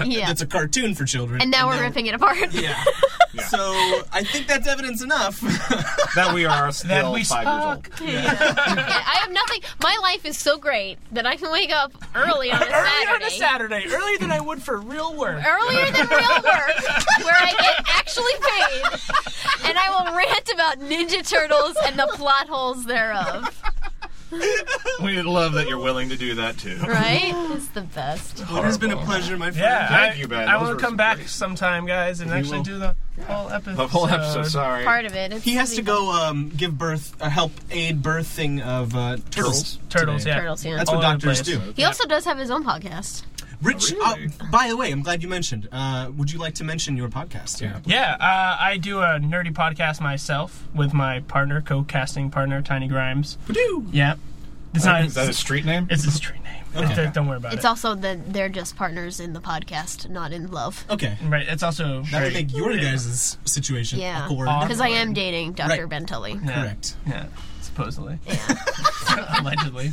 Yeah. That's a cartoon for children. <laughs> and now we're ripping it apart. Yeah. So I think that's evidence enough. that we are still That we five suck. years old. Yeah, I have nothing. My life is so great that I can wake up early on a Early on Saturday. a Saturday, earlier than I would for real work. Earlier <laughs> than real work, where I get actually paid, and I will rant about Ninja Turtles and the plot holes thereof. We love that you're willing to do that too. <laughs> Right? It's the best. Well, it has been a pleasure, my friend. Yeah, Thank I, you, Ben. I Those want were to come back great. sometime, guys, and actually will. do the whole episode. The whole episode. Sorry. Part of it. It's He has to the go um, give birth or help aid birthing of uh, turtles. Turtles, yeah. Turtles, yeah. That's what All over the doctors place. do. He also does have his own podcast. Rich, Oh, really? uh, by the way, I'm glad you mentioned. Uh, would you like to mention your podcast? Yeah. Yeah, uh, I do a nerdy podcast myself with my partner, co-casting partner, Tiny Grimes. Yeah, it's not. Is that a street name? It's his street name. It's- Don't worry about It's it. also that they're just partners in the podcast, not in love. Okay. Right. It's also That very, would make your guys' situation Yeah. awkward. Because I am dating Dr. Right. Bentelli. yeah, Correct. Yeah, supposedly, <laughs> allegedly.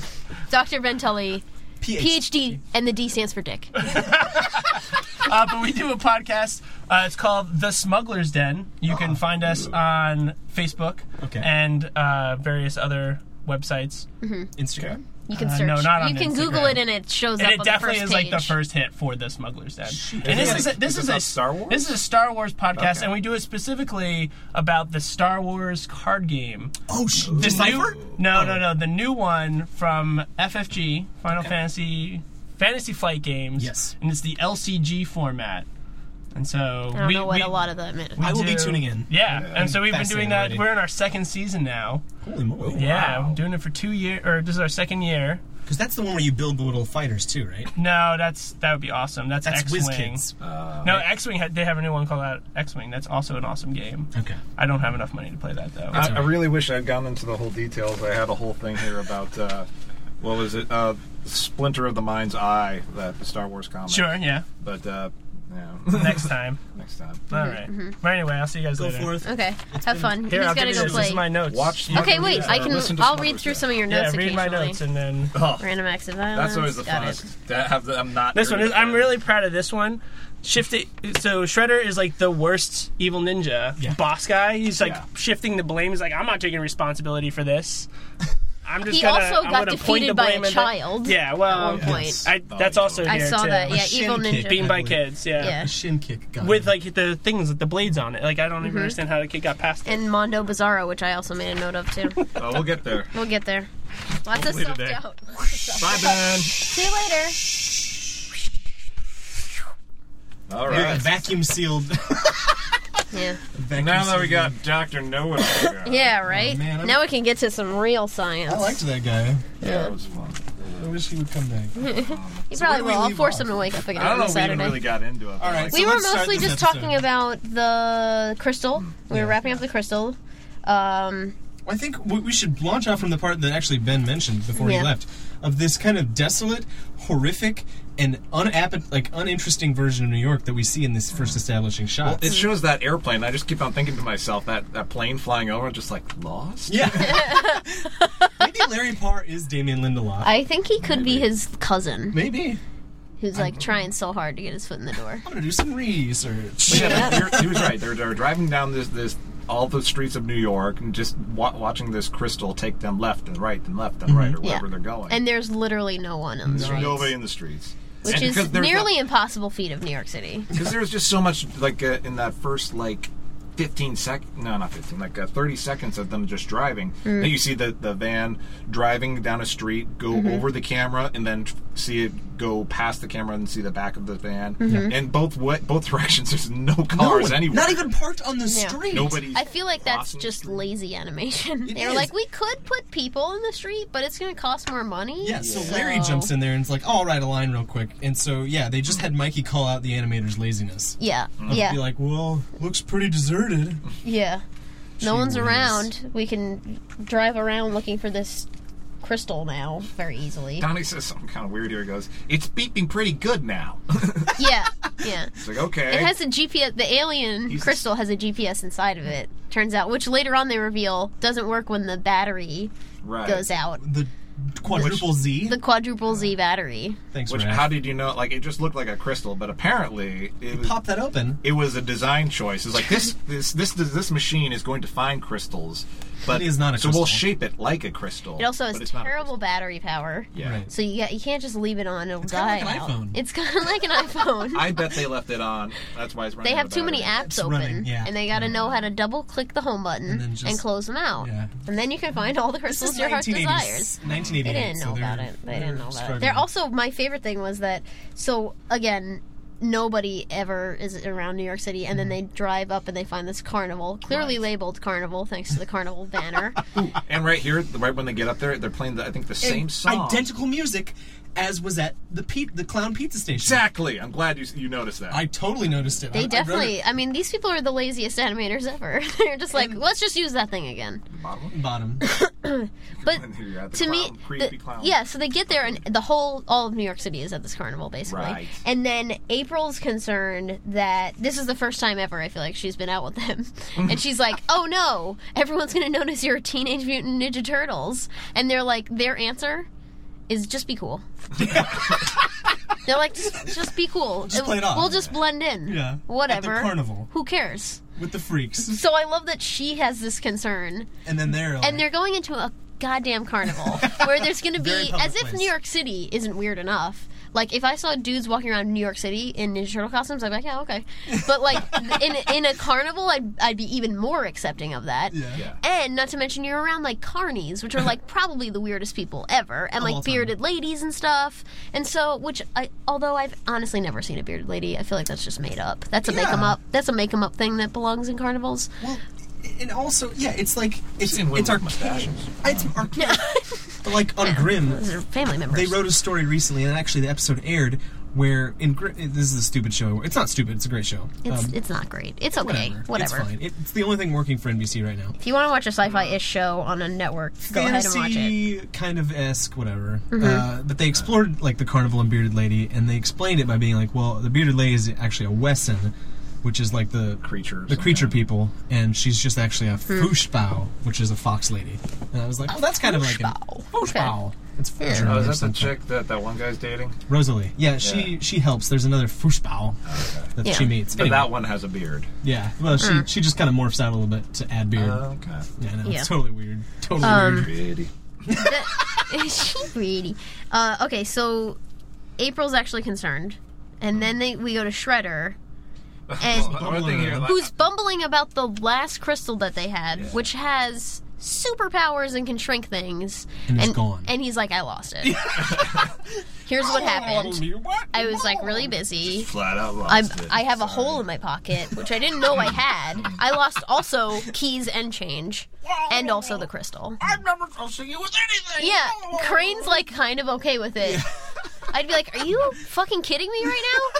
Dr. Bentelli, PhD, and the D stands for dick. Uh, but we do a podcast. Uh, it's called The Smuggler's Den. You can Uh-huh. find us on Facebook Okay. and uh, various other websites. Instagram. You can Uh, search. no, not on you can Instagram. Google it and it shows and up it on definitely the is first like the page. first hit for the Smuggler's Den. And this Is is it- a, this is is it a about Star Wars? This is a Star Wars podcast, Okay. and we do it specifically about the Star Wars card game. Oh, sh- The Decipher? new- Oh. no, no, no. The new one from FFG, Final Fantasy Fantasy Flight Games. Yes. and it's the LCG format. And so I don't we, know what we- a lot of that meant. we I will be do- tuning in. Yeah, and so we've been Fascinating doing that. already. We're in our second season now. Holy moly. Yeah, I'm doing it for two years, or this is our second year. Because that's the one where you build the little fighters too, right? No, that's that would be awesome. That's, That's X-wing. WizKids. no, X-wing. ha- They have a new one called out X-wing. That's also an awesome game. Okay. I don't have enough money to play that though. I, I really wish I'd gone into the whole details. I had a whole thing here about uh, what was it? Uh, Splinter of the Mind's Eye, that Star Wars comic. sure. <laughs> Yeah. But uh, yeah, Next time. next time. All right. But anyway, I'll see you guys Go later. forth. Okay, have fun. Mm-hmm, Here, He's got I'll give to you go this. This play. is my notes. Watch. okay, wait. I or can. listen to I'll Smuggler's read through Den. some of your Yeah, notes read my occasionally. notes and then. Oh, <laughs> Random acts of violence. that's always the Got it. funnest. That have the, I'm not. This one is. I'm really proud of this one. Shifting. So Shredder is like the worst evil ninja Yeah. boss guy. He's like Yeah. shifting the blame. He's like, I'm not taking responsibility <laughs> for this. I'm just He gonna. also I'm got gonna point the defeated by a blame at the- child yeah. Well. one point. I, that's Oh, also I here saw too. that. A Yeah, shin evil kick. ninja. Being by believe. kids. Yeah. Yeah. A shin kick gun. With like the things with the blades on it. Like I don't Mm-hmm. even understand how the kid got past it. And Mondo Bizarro, which I also made a note of too. Oh, we'll <laughs> get there. we'll get there. Lots of self today. doubt. Bye, <laughs> Ben. See you later. All With a right. vacuum sealed. Yeah. vacuum Now that we sealed got Doctor Know It <laughs> All, yeah, Yeah. Right. Oh, man, I'm- now we can get to some real science. I liked that guy. that was fun. I wish he would come back. he do probably we will. I'll leave force off? him to wake up again I don't on know. a if We even Saturday. really got into it. All right. we so were let's start mostly this just episode. talking about the crystal. We were wrapping up the crystal. Um, I think we we should launch out from the part that actually Ben mentioned before Yeah. he left of this kind of desolate, horrific, and unapp- like uninteresting version of New York that we see in this first establishing shot. It shows that airplane. I just keep on thinking to myself that that plane flying over, just like lost. <laughs> yeah. Maybe Larry Parr is Damien Lindelof. I think he could be his cousin, Maybe. who's like trying so hard to get his foot in the door. I'm gonna do some research. But yeah, you're- he was right. They're, they're driving down this this all the streets of New York and just wa- watching this crystal take them left and right and left and right or Mm-hmm. Yeah. wherever they're going. And there's literally no one on the there's streets, nobody in the streets, which And is because there's nearly impossible feat of New York City. because there's just so much like uh, in that first like. 15 sec no not 15 like uh, 30 seconds of them just driving Then you see the, the van driving down a street go over the camera and then tr- see it go past the camera and see the back of the van and both wa- both <laughs> directions there's no No cars one- anywhere Not even parked on the Yeah. street. nobody I feel like that's just late. lazy animation. It They're is. like, we could put people in the street, but it's going to cost more money. Yeah, so Larry jumps in there and it's like, oh, I'll write a line real quick. And so, yeah, they just had Mikey call out the animator's laziness. Yeah, Mm-hmm. Be yeah, like, well, looks pretty deserted. yeah. No one's whiz. around. We can drive around looking for this crystal now <laughs> very easily. Donnie says something kind of weird here. He goes, "It's beeping pretty good now." <laughs> yeah, yeah. it's like okay. It has a GPS. The alien He's- crystal has a GPS inside of it. Turns out, which later on they reveal doesn't work when the battery right. goes out. The quadruple Z. The quadruple Z battery. Thanks, Which, Raph. how did you know? Like, it just looked like a crystal, but apparently it was, Pop that open. it was a design choice. It's like this, this, this, this, machine is going to find crystals, but It is not a So we'll crystal. shape it like a crystal. It also has but it's not a terrible battery power. crystal. Yeah. Right. So you, got, you can't just leave it on; it'll die. kinda like an out. iPhone. It's <laughs> kind of like an iPhone. <laughs> I bet they left it on. That's why it's running. they out have of too many battery. apps It's open, running, yeah. and they got to know how to double click the home button and, then just- close them out. Yeah. And then you can find all the crystals your heart desires. 1988. They didn't so know about they're- it. They didn't know about it. struggling. They're also my favorite thing was that. So again. Nobody ever is around New York City, and then Mm-hmm. they drive up and they find this carnival, clearly labeled carnival, thanks to the <laughs> carnival banner. And right here, the- right when they get up there, they're playing the I think the same And song. Identical music as was at the pe- the clown pizza station. Exactly. I'm glad you you noticed that. I totally noticed it. I- I They wrote definitely. it I mean, these people are the laziest animators ever. <laughs> They're just like, let's just use that thing again. Bottom. bottom. But And here you are, the to me, clown, creepy the- clown. yeah. So they get there, and the whole all of New York City is at this carnival, basically. Right. And then April's concerned that this is the first time ever I feel like she's been out with them, <laughs> and she's like, "Oh no, everyone's gonna notice you're a teenage mutant ninja turtles," and they're like, their answer is just <laughs> be cool. They're like, just, just be cool. Just play it off." We'll just blend in. Yeah. At the Whatever. carnival. Who cares? with the <laughs> freaks. So I love that she has this concern, And then they're like, and they're going into a goddamn carnival where there's <laughs> going to Very be public as if place. New York City isn't weird enough. Like if I saw dudes walking around New York City in Ninja Turtle costumes, I'd be like, yeah, okay. <laughs> But like in in a carnival, I'd I'd be even more accepting of that. Yeah. Yeah. And not to mention, you're around like carnies, which are <laughs> like probably the weirdest people ever, all and like time. bearded ladies and stuff. And so, which I, although I've honestly never seen a bearded lady, I feel like that's just made up. That's a make 'em Yeah. up. That's a make 'em up thing that belongs in carnivals. well, and also, yeah, it's like it's seen women it's with archaic. It's <laughs> archaic. <laughs> like on Grimm, Those are family members. They wrote a story recently, and actually, the episode aired where in Gr- this is a stupid show. It's not stupid. It's a great show. It's, Um, it's not great. It's okay. Whatever. It's fine. It- It's the only thing working for NBC right now. If you want to watch a sci-fi-ish show on a network, go ahead and watch it. Mm-hmm. Fantasy kind of esque, whatever. Uh, but they explored like the carnival and bearded lady, and they explained it by being like, well, the bearded lady is actually a Wesson, which is like the Creature or the something. creature people, and she's just actually a Hmm. Fushbao, which is a fox lady. And I was like, oh, that's kind of like an Fushbao. <laughs> Fushbao. It's German Oh, or is that the something. chick that that one guy's dating? Rosalie. Yeah, she Yeah. Oh, she helps. There's another Fushbau that Yeah. Hmm. she meets. But Anyway, that one has a beard. yeah. Well, she she just kind of morphs out a little bit to add beard. Oh, Okay. yeah, no, Yeah. it's totally weird. Totally Um, weird. Pretty. she really. Uh, okay, so April's actually concerned, and then they, we go to Shredder, <laughs> and One thing here, like, who's bumbling about the last crystal that they had, which has superpowers and can shrink things, And it's gone. Oh, And he's like, "I lost <laughs> it. Here's what happened. I was like really busy. flat out lost I'm, it. I have a hole in my pocket, which I didn't know I had. I lost also keys and change, and also the crystal. I'm never trusting you with anything. Yeah, Crane's like kind of okay with it. <laughs> I'd be like, "Are you fucking kidding me right <laughs> now?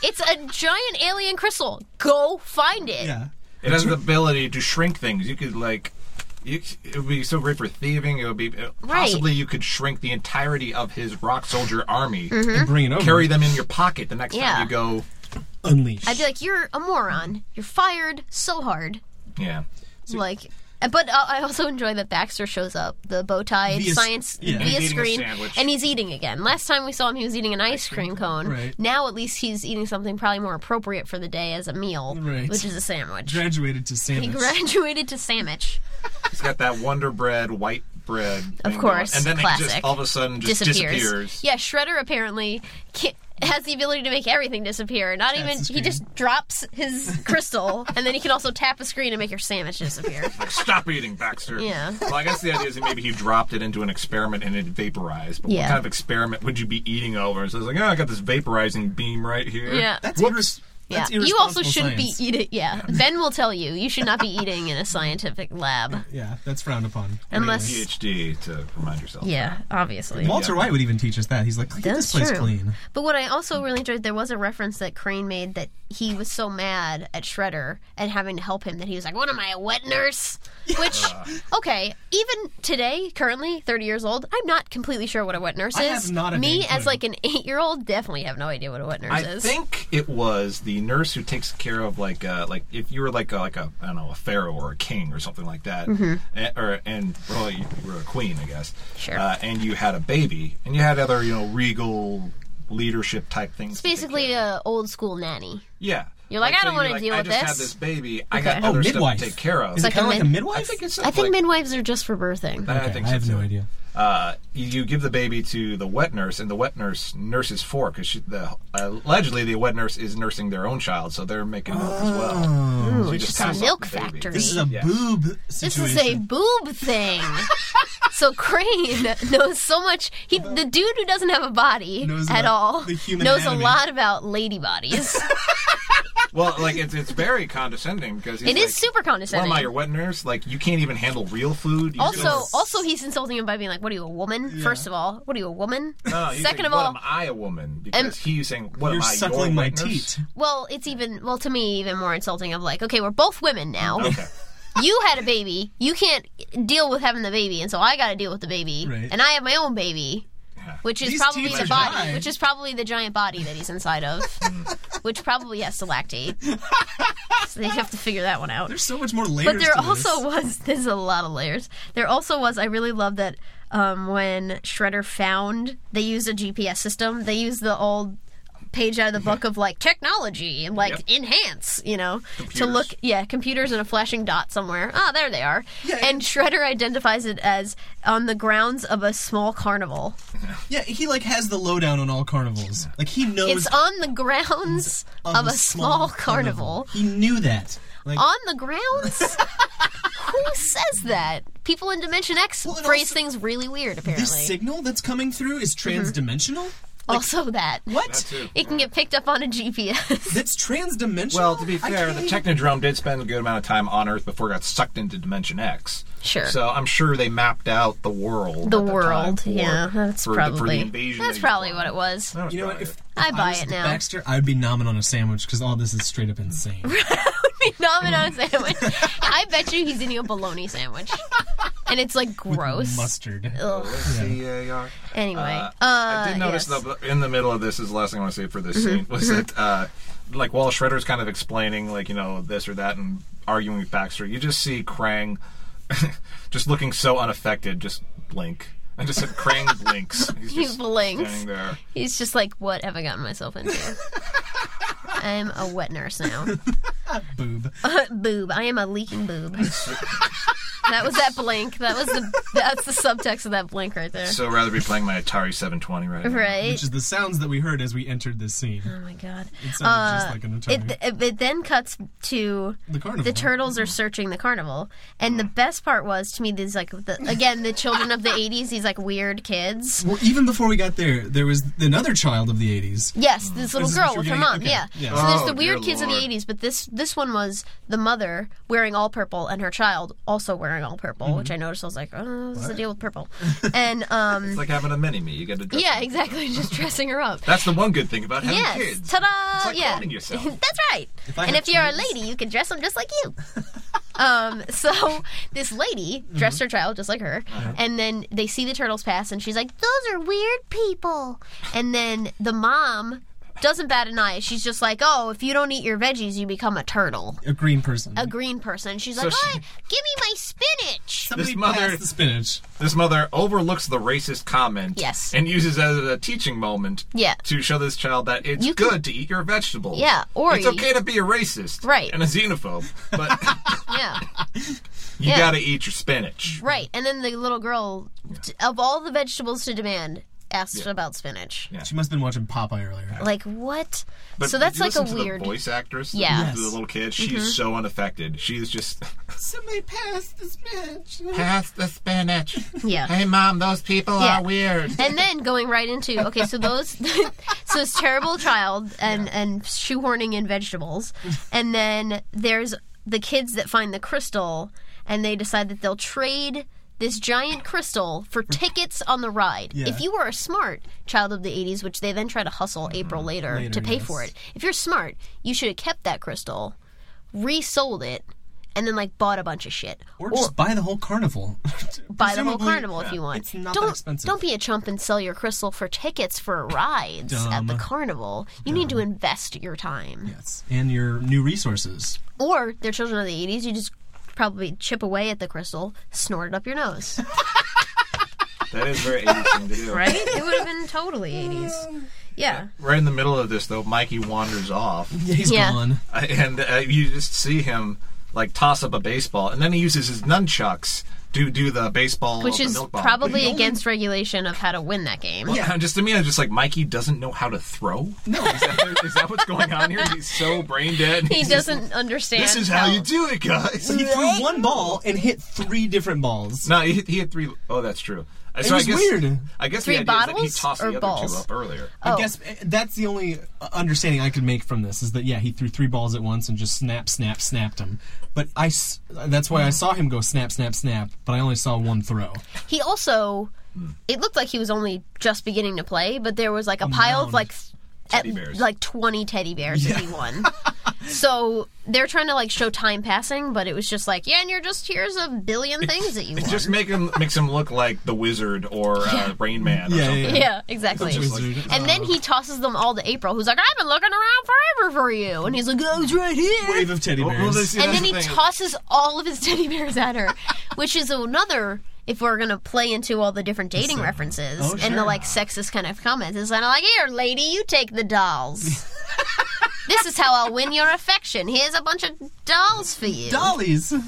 It's a giant alien crystal. Go find it." Yeah. It has the ability to shrink things. You could like, you, c- it would be so great for thieving. It would be uh, possibly you could shrink the entirety of his rock soldier army, Hmm? And bring it over. carry them in your pocket the next Mm-hmm. Yeah. time you go. Unleash. I'd be like, "You're a moron. You're fired so hard." Yeah, Like. But uh, I also enjoy that Baxter shows up, the bow tie Via s- science yeah. via He's eating a screen, sandwich. and he's eating again. Last time we saw him, he was eating an ice cream cone. Right. Now at least he's eating something probably more appropriate for the day as a meal, Right. which is a sandwich. graduated to he sandwich. graduated to sandwich. it's got that Wonder Bread white bread. Of thing course, going. and then it classic. just all of a sudden just disappears. disappears. Yeah, Shredder apparently ca has the ability to make everything disappear. Not even the he just drops his <laughs> crystal, and then he can also tap a screen and make your sandwich disappear. Like, stop eating, Baxter. Yeah. Well, I guess the idea is that maybe he dropped it into an experiment and it vaporized. But Yeah. what kind of experiment would you be eating over? So it's like, oh, I got this vaporizing beam right here. Yeah. That's Whoops. yeah, That's you also irresponsible shouldn't science. be eating. <laughs> Yeah, Ben will tell you you should not be eating in a scientific lab Yeah, that's frowned upon. unless. PhD to remind yourself. Yeah, obviously. Walter White would even teach us that. He's like, look at this That's place true. clean. But what I also really enjoyed, there was a reference that Crane made that he was so mad at Shredder and having to help him that he was like, "What am I, a wet nurse?" Which, okay, even today, currently thirty years old, I'm not completely sure what a wet nurse I is. have not a Me damn as clue. like an eight year old definitely have no idea what a wet nurse I is. think it was the the nurse who takes care of like uh, like if you were like a, like a I don't know a pharaoh or a king or something like that, and, or and well you, you were a queen I guess, Mm-hmm. Sure. uh, and you had a baby and you had other you know regal leadership type things. It's basically a old school nanny. yeah. You're like, "I don't so wanna you're like, deal I with just had this." this baby. I Okay. got Oh, other midwife. stuff to take care of. Is it like kind of a like a mid- midwife? I think it's. I think like, midwives are just for birthing. I think I so, have no too. idea. uh, you- you give the baby to the wet nurse, and the wet nurse nurses for because the allegedly the wet nurse is nursing their own child, so they're making milk as Oh. well. So you just pass a off milk the baby. factory. This is a Yeah. boob This situation. is a boob <laughs> thing. so Crane knows so much. He, the dude who doesn't have a body Knows at about all, the human knows anatomy. a lot about lady <laughs> bodies. Well, like it's it's very condescending because he's It is like, super What condescending. am I, your wet nurse? Like you can't even handle real food. You also, just- also he's insulting him by being like, "What are you, a woman?" First of all, what are you, a woman? No, uh, he's Second like, of what all, am I a woman? Because Am- he's saying, "What You're am I, suckling your my wet nurse? teeth. well, it's even well to me even more insulting. Of like, okay, we're both women now. Okay. <laughs> you had a baby. You can't deal with having the baby, and so I got to deal with the baby, Right. and I have my own baby, which is These probably teeth the are body, dry. which is probably the giant body that he's <laughs> inside of, which probably has to lactate. so they have to figure that one out. There's so much more layers. But there to this. also was <laughs> there's a lot of layers. There also was I really love that um, when Shredder found they used a GPS system. They used the old page out of the book of like technology and like Yep. enhance, you know, to Computers. look yeah, computers and a flashing dot somewhere. Ah, there they are. and Shredder identifies it as on the grounds of a small carnival. Yeah, he like has the lowdown on all carnivals. Like he knows It's on the grounds of, a small, carnival. He knew that. Like on the grounds? Who says that? People in Dimension X Well, it phrase also- things really weird, apparently. this signal that's coming through is Mm-hmm. transdimensional. also, that. What? That too. It can get picked up on a GPS. That's transdimensional. Well, to be I fair, the can't- Technodrome did spend a good amount of time on Earth before it got sucked into Dimension X. Sure. So I'm sure they mapped out the world. the at time world, for- yeah, that's for the- for the probably invasion that's they- probably what it was. That was You know what? probably If, it. if I buy was it now. <laughs> Baxter, I'd be nomming on a sandwich because all this is straight up insane. Nomin on a sandwich. I bet you he's eating a bologna sandwich, and it's like <laughs> gross. Mustard. Ugh. C-A-R. Anyway, uh, I did notice yes. Mm-hmm. though, in the middle of this is the last thing I want to say for this scene was that uh, like while Shredder's kind of explaining like you know this or that and arguing with Baxter, you just see Krang <laughs> just looking so unaffected, just blink. And just said Krang blinks. He's He just blinks. standing there. He's just like, what have I gotten myself into? I'm a wet nurse now. Boob. boob. I am a <laughs> leaking boob. that was that blink. That was the that's the subtext of that blink right there. So I'd rather be playing my Atari 720 right now. Right. Which is the sounds that we heard as we entered this scene. Oh my god. It sounded just like an Atari. Uh, It, it, it then cuts to the carnival. the turtles are searching the carnival, and the best part was to me these like the, again the children <laughs> of the '80s, these like weird kids. Well, even before we got there, there was another child of the 80s. Yes, this little Is this girl what with you're her getting- mom. okay. Yeah. Yeah. So there's Oh, the weird dear kids of the Lord. '80s, but this this one was the mother wearing all purple and her child also wearing all purple, Mm-hmm. which I noticed. I was like, oh, what's the deal with purple? and <laughs> um, It's like having a mini me. You get to dress yeah, <laughs> them. exactly, just dressing her up. That's the one good thing about having Yes, kids. ta-da! It's like yeah, <laughs> cloning yourself. that's right. I and had if you're a twins- lady, you can dress them just like <laughs> you. um, so <laughs> this lady Mm-hmm. dressed her child just like her, Uh-huh. and then they see the turtles pass, and she's like, "Those are weird people." And then the mom doesn't bat an eye. She's just like, "Oh, if you don't eat your veggies, you become a turtle." A green person. A green person. She's like, Mm. she- "What? Give me my <laughs> spinach." Somebody This mother- passed the spinach. This mother overlooks the racist comment Yes. and uses it as a teaching moment Yeah. to show this child that it's You can- good to eat your vegetables. Yeah, or it's you- okay to be a racist Right. and a xenophobe, <laughs> but Yeah. you Yeah. got to eat your spinach. Right. And then the little girl, t- of all the vegetables to demand, asked about spinach. She must have been watching Popeye earlier. Like what? But so if that's you like a listen to weird. the voice actress. the- Yeah. Mm-hmm. the, little kid. She's so unaffected. She's just Somebody passed the spinach. pass the spinach. <laughs> Yeah. Hey mom, those people Yeah. <laughs> are weird. And then going right into okay, so those, <laughs> so it's terrible child and and shoehorning in vegetables, and then there's the kids that find the crystal, and they decide that they'll trade this giant crystal for tickets on the ride. Yeah. Mm-hmm. If you were a smart child of the '80s, which they then try to hustle April later, Later, to pay yes. for it, if you're smart, you should have kept that crystal, resold it, and then like bought a bunch of shit. Or just buy the whole carnival. buy the whole Presumably- carnival if you want. It's not that don't, expensive. Don't be a chump and sell your crystal for tickets for rides at the Dumb. carnival. You need to invest your time. Yes. And your new resources. Or they're children of the 80s. You just probably chip away at the crystal, snort it up your nose. That is very 80s thing to do. Right? it would have been totally 80s. Um, Yeah. Right in the middle of this, though, Mikey wanders off, Yeah, he's Yeah. gone. uh, and uh, you just see him like toss up a baseball, and then he uses his nunchucks to do the baseball, Which the is milk bomb. probably against regulation of how to win that game. <laughs> Yeah, just to me, I'm just like Mikey doesn't know how <laughs> to throw. No, is that, is that what's going on here? He's so brain dead. He He's just doesn't understand. This is how you do it, guys. He threw one ball and hit three different balls. <laughs> No, he, hit- he had three oh that's true. Uh, was weird. I guess Three the idea is that bottles he tossed or the other balls? two up earlier. Oh. I guess uh, that's the only uh, understanding I could make from this is that yeah, he threw three balls at once and just snap, snap, snapped him. But I s- that's why I saw him go snap, snap, snap. But I only saw one throw. He also, it looked like he was only just beginning to play, but there was like a, pile of mound. like th- Teddy bears. like twenty teddy bears that he won. so they're trying to like show time passing, but it was just like, yeah, and you're just here's a billion things that you It won. just make him makes him look like the wizard or uh, Rain Man or Yeah, something. yeah, <laughs> yeah, exactly. Wizard. And then he tosses them all to April, who's like, I've been looking around forever for you, and he's like, I was right here. wave of teddy Well, bears. well, they see, And that's then he the thing. tosses all of his <laughs> teddy bears at her, which is another. If we're gonna play into all the different dating So- references Oh, and the sure. like sexist kind of comments, it's kind of like, "Here, lady, you take the dolls. this is how I'll win your affection. Here's a bunch of dolls for you." Dollies. Uh,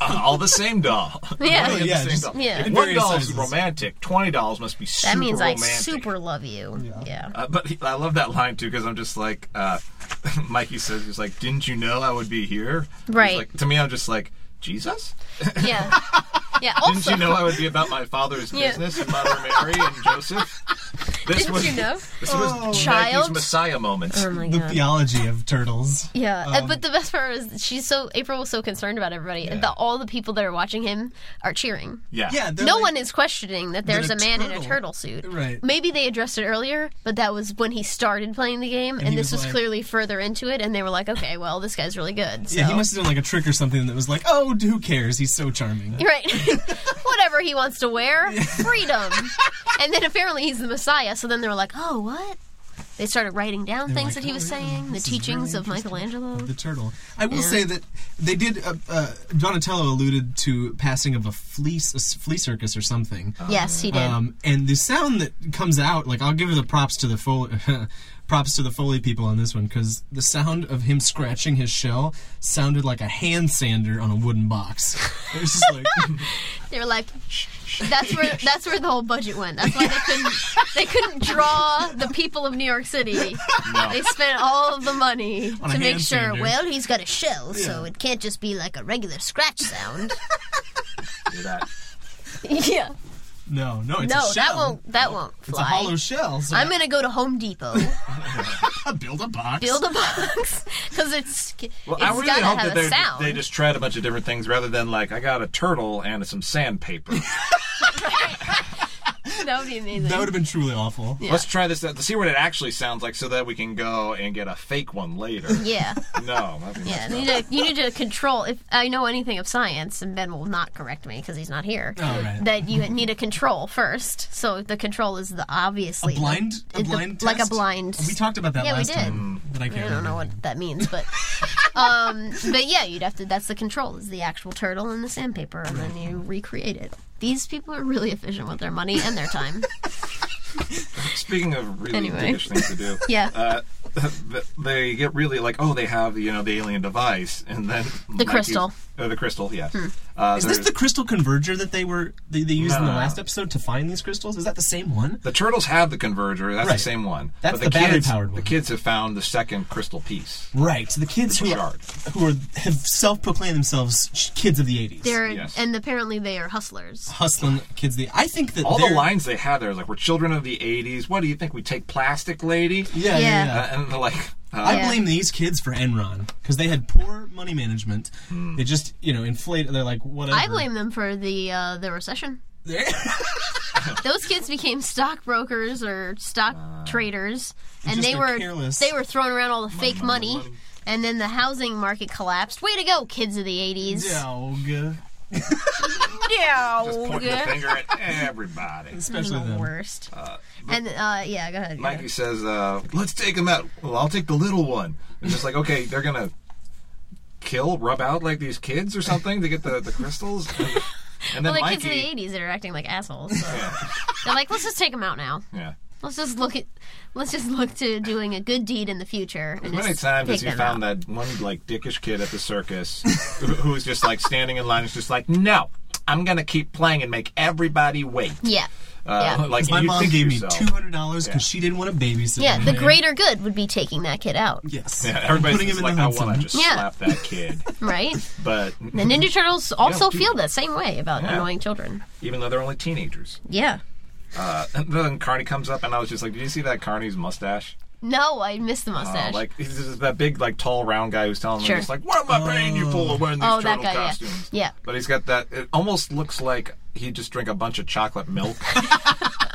<laughs> all the same doll. <laughs> Yeah. All the Yeah, same just- doll. yeah. If In one various doll is sizes. romantic, twenty dolls must be super that means romantic. I super love you. Yeah. Uh, but he- I love that line too because I'm just like uh, <laughs> Mikey says he's like, "Didn't you know I would be here?" He's Right. Like, to me, I'm just like Jesus. Yeah. Yeah. Didn't Also, you know I would be about my <laughs> father's Yeah. business, Mother Mary and <laughs> Joseph? This Didn't <laughs> you know? Oh. This was Maggie's Child. Messiah moments. Oh my The God. theology of turtles. Yeah, and- but the best part is she's so April was so concerned about everybody that all the people that are watching him are cheering. Yeah. Yeah. they're No like- one is questioning that there's a, that a man in a turtle- turtle suit. Right. Maybe they addressed it earlier, but that was when he started playing the game, and, he this was was like- clearly further into it. And they were like, "Okay, well, this guy's really good." So. Yeah, he must have done like a trick or something that was like, oh, who cares? He's so charming. <laughs> Right, <laughs> whatever he wants to wear, <laughs> freedom. and then apparently he's the Messiah. So then they were like, "Oh, what?" They started writing down things like, that he "Oh, was yeah, saying, the this is really teachings of interesting." Michelangelo. The turtle. I will say that they did. Uh, uh, Donatello alluded to passing of a fleece, a s- flea circus or something. yes, he did. Um, and the sound that comes out, like I'll give the props to the Foley, <laughs> props to the Foley people on this one, because the sound of him scratching his shell sounded like a hand sander on a wooden box. <laughs> It was just like, They were like, that's where that's where the whole budget went. That's why they couldn't they couldn't draw the people of New York City. They spent all of the money On a to make hand sure. sander. Well, he's got a shell, so it can't just be like a regular <laughs> scratch sound. <laughs> Do that. yeah, no, no, it's no, a shell. that won't that won't fly. It's a hollow shell. So I'm gonna go to Home Depot, I <laughs> build a box. build a <laughs> box, because it's it's Well, I really gotta hope have that a they sound. they just tried a bunch of different things rather than like I got a turtle and some sandpaper. that would be amazing. that would have been truly awful. Let's try this out to see what it actually sounds like so that we can go and get a fake one later. <laughs> yeah, <laughs> No. that'd be yeah. messed You up. need, to, you need to control. If I know anything of science, and Ben will not correct me because he's not here. All Oh, right. that you need a control first. So the control is the obviously A blind, a the- blind, like a test? blind. We talked about that Yeah, we last did. time, but I can't. I don't know remember. what that <laughs> means, but um, but yeah, you'd have to. That's the control is the actual turtle and the sandpaper, and then you recreate it. These people are really efficient with their money and <laughs> their time. Speaking of really Anyway. dickish things to do, <laughs> Yeah. uh, they get really like, oh, they have you know the alien device, and then the crystal. Hmm. the crystal, yes. Uh, Is this there's- the crystal converger that they were they, they used in No. the last episode to find these crystals? Is that the same one? The turtles have the converger. That's the Right. same one. That's but the, the battery-powered one. kids, The kids have found the second crystal piece. Right. The kids who are, Shard. who are have self-proclaimed themselves sh- kids of the 80s. They're Yes. and apparently they are hustlers. hustling kids of the I think that All they're, the lines they had there is like, "We're children of the '80s. What do you think? We take plastic, lady." Yeah, yeah. Yeah. yeah, Uh, and they're like, uh, I Yeah. blame these kids for Enron because they had poor money management. Hmm. They just, you know, inflate. They're like, whatever. I <laughs> blame them for the uh, the recession. Those kids became stockbrokers or stock traders, and Ah. just they they're were careless. they were throwing around all the fake money, and then the housing market collapsed. Way to go, kids of the '80s. Dog. Oh, Yeah. Just pointing the <laughs> finger at everybody. Especially the them. worst. and uh, yeah, go ahead. Mikey says, uh, "Let's take him out." Well, I'll take the little one. And just like, okay, they're gonna kill, rub out like these kids or something to get the the crystals. And, and then well, the kids of the Mikey, '80s that are acting like assholes. So. They're like, let's just take them out now. yeah. Let's just look at, let's just look to doing a good deed in the future. And How many just times take has he them found out. that one like dickish kid at <laughs> the circus who- who's just like standing in line? and is just like, no, I'm gonna keep playing and make everybody wait. Yeah. Uh, Yeah. Like My you mom think to gave me yourself, two hundred dollars because she didn't want to babysit. Yeah, me. the greater good would be taking that kid out, Yes. <laughs> Yeah, everybody's Putting him just in like, "Oh, the I Hudson. want to just Yeah. slap that kid. right? But The <laughs> Ninja Turtles also dude. feel that same way about Yeah. annoying children. even though they're only teenagers, <laughs> Yeah. uh, and then Carney comes up, and I was just like, "Did you see that Carney's mustache? No, I miss the Uh, mustache. like <laughs> he's just that big, like tall, round guy who's telling Sure. him, "Just like, what am I paying you for wearing these Oh, that turtle guy, yeah. costumes?" Yeah. But he's got that. It almost looks like he just drank a bunch of <laughs> chocolate milk.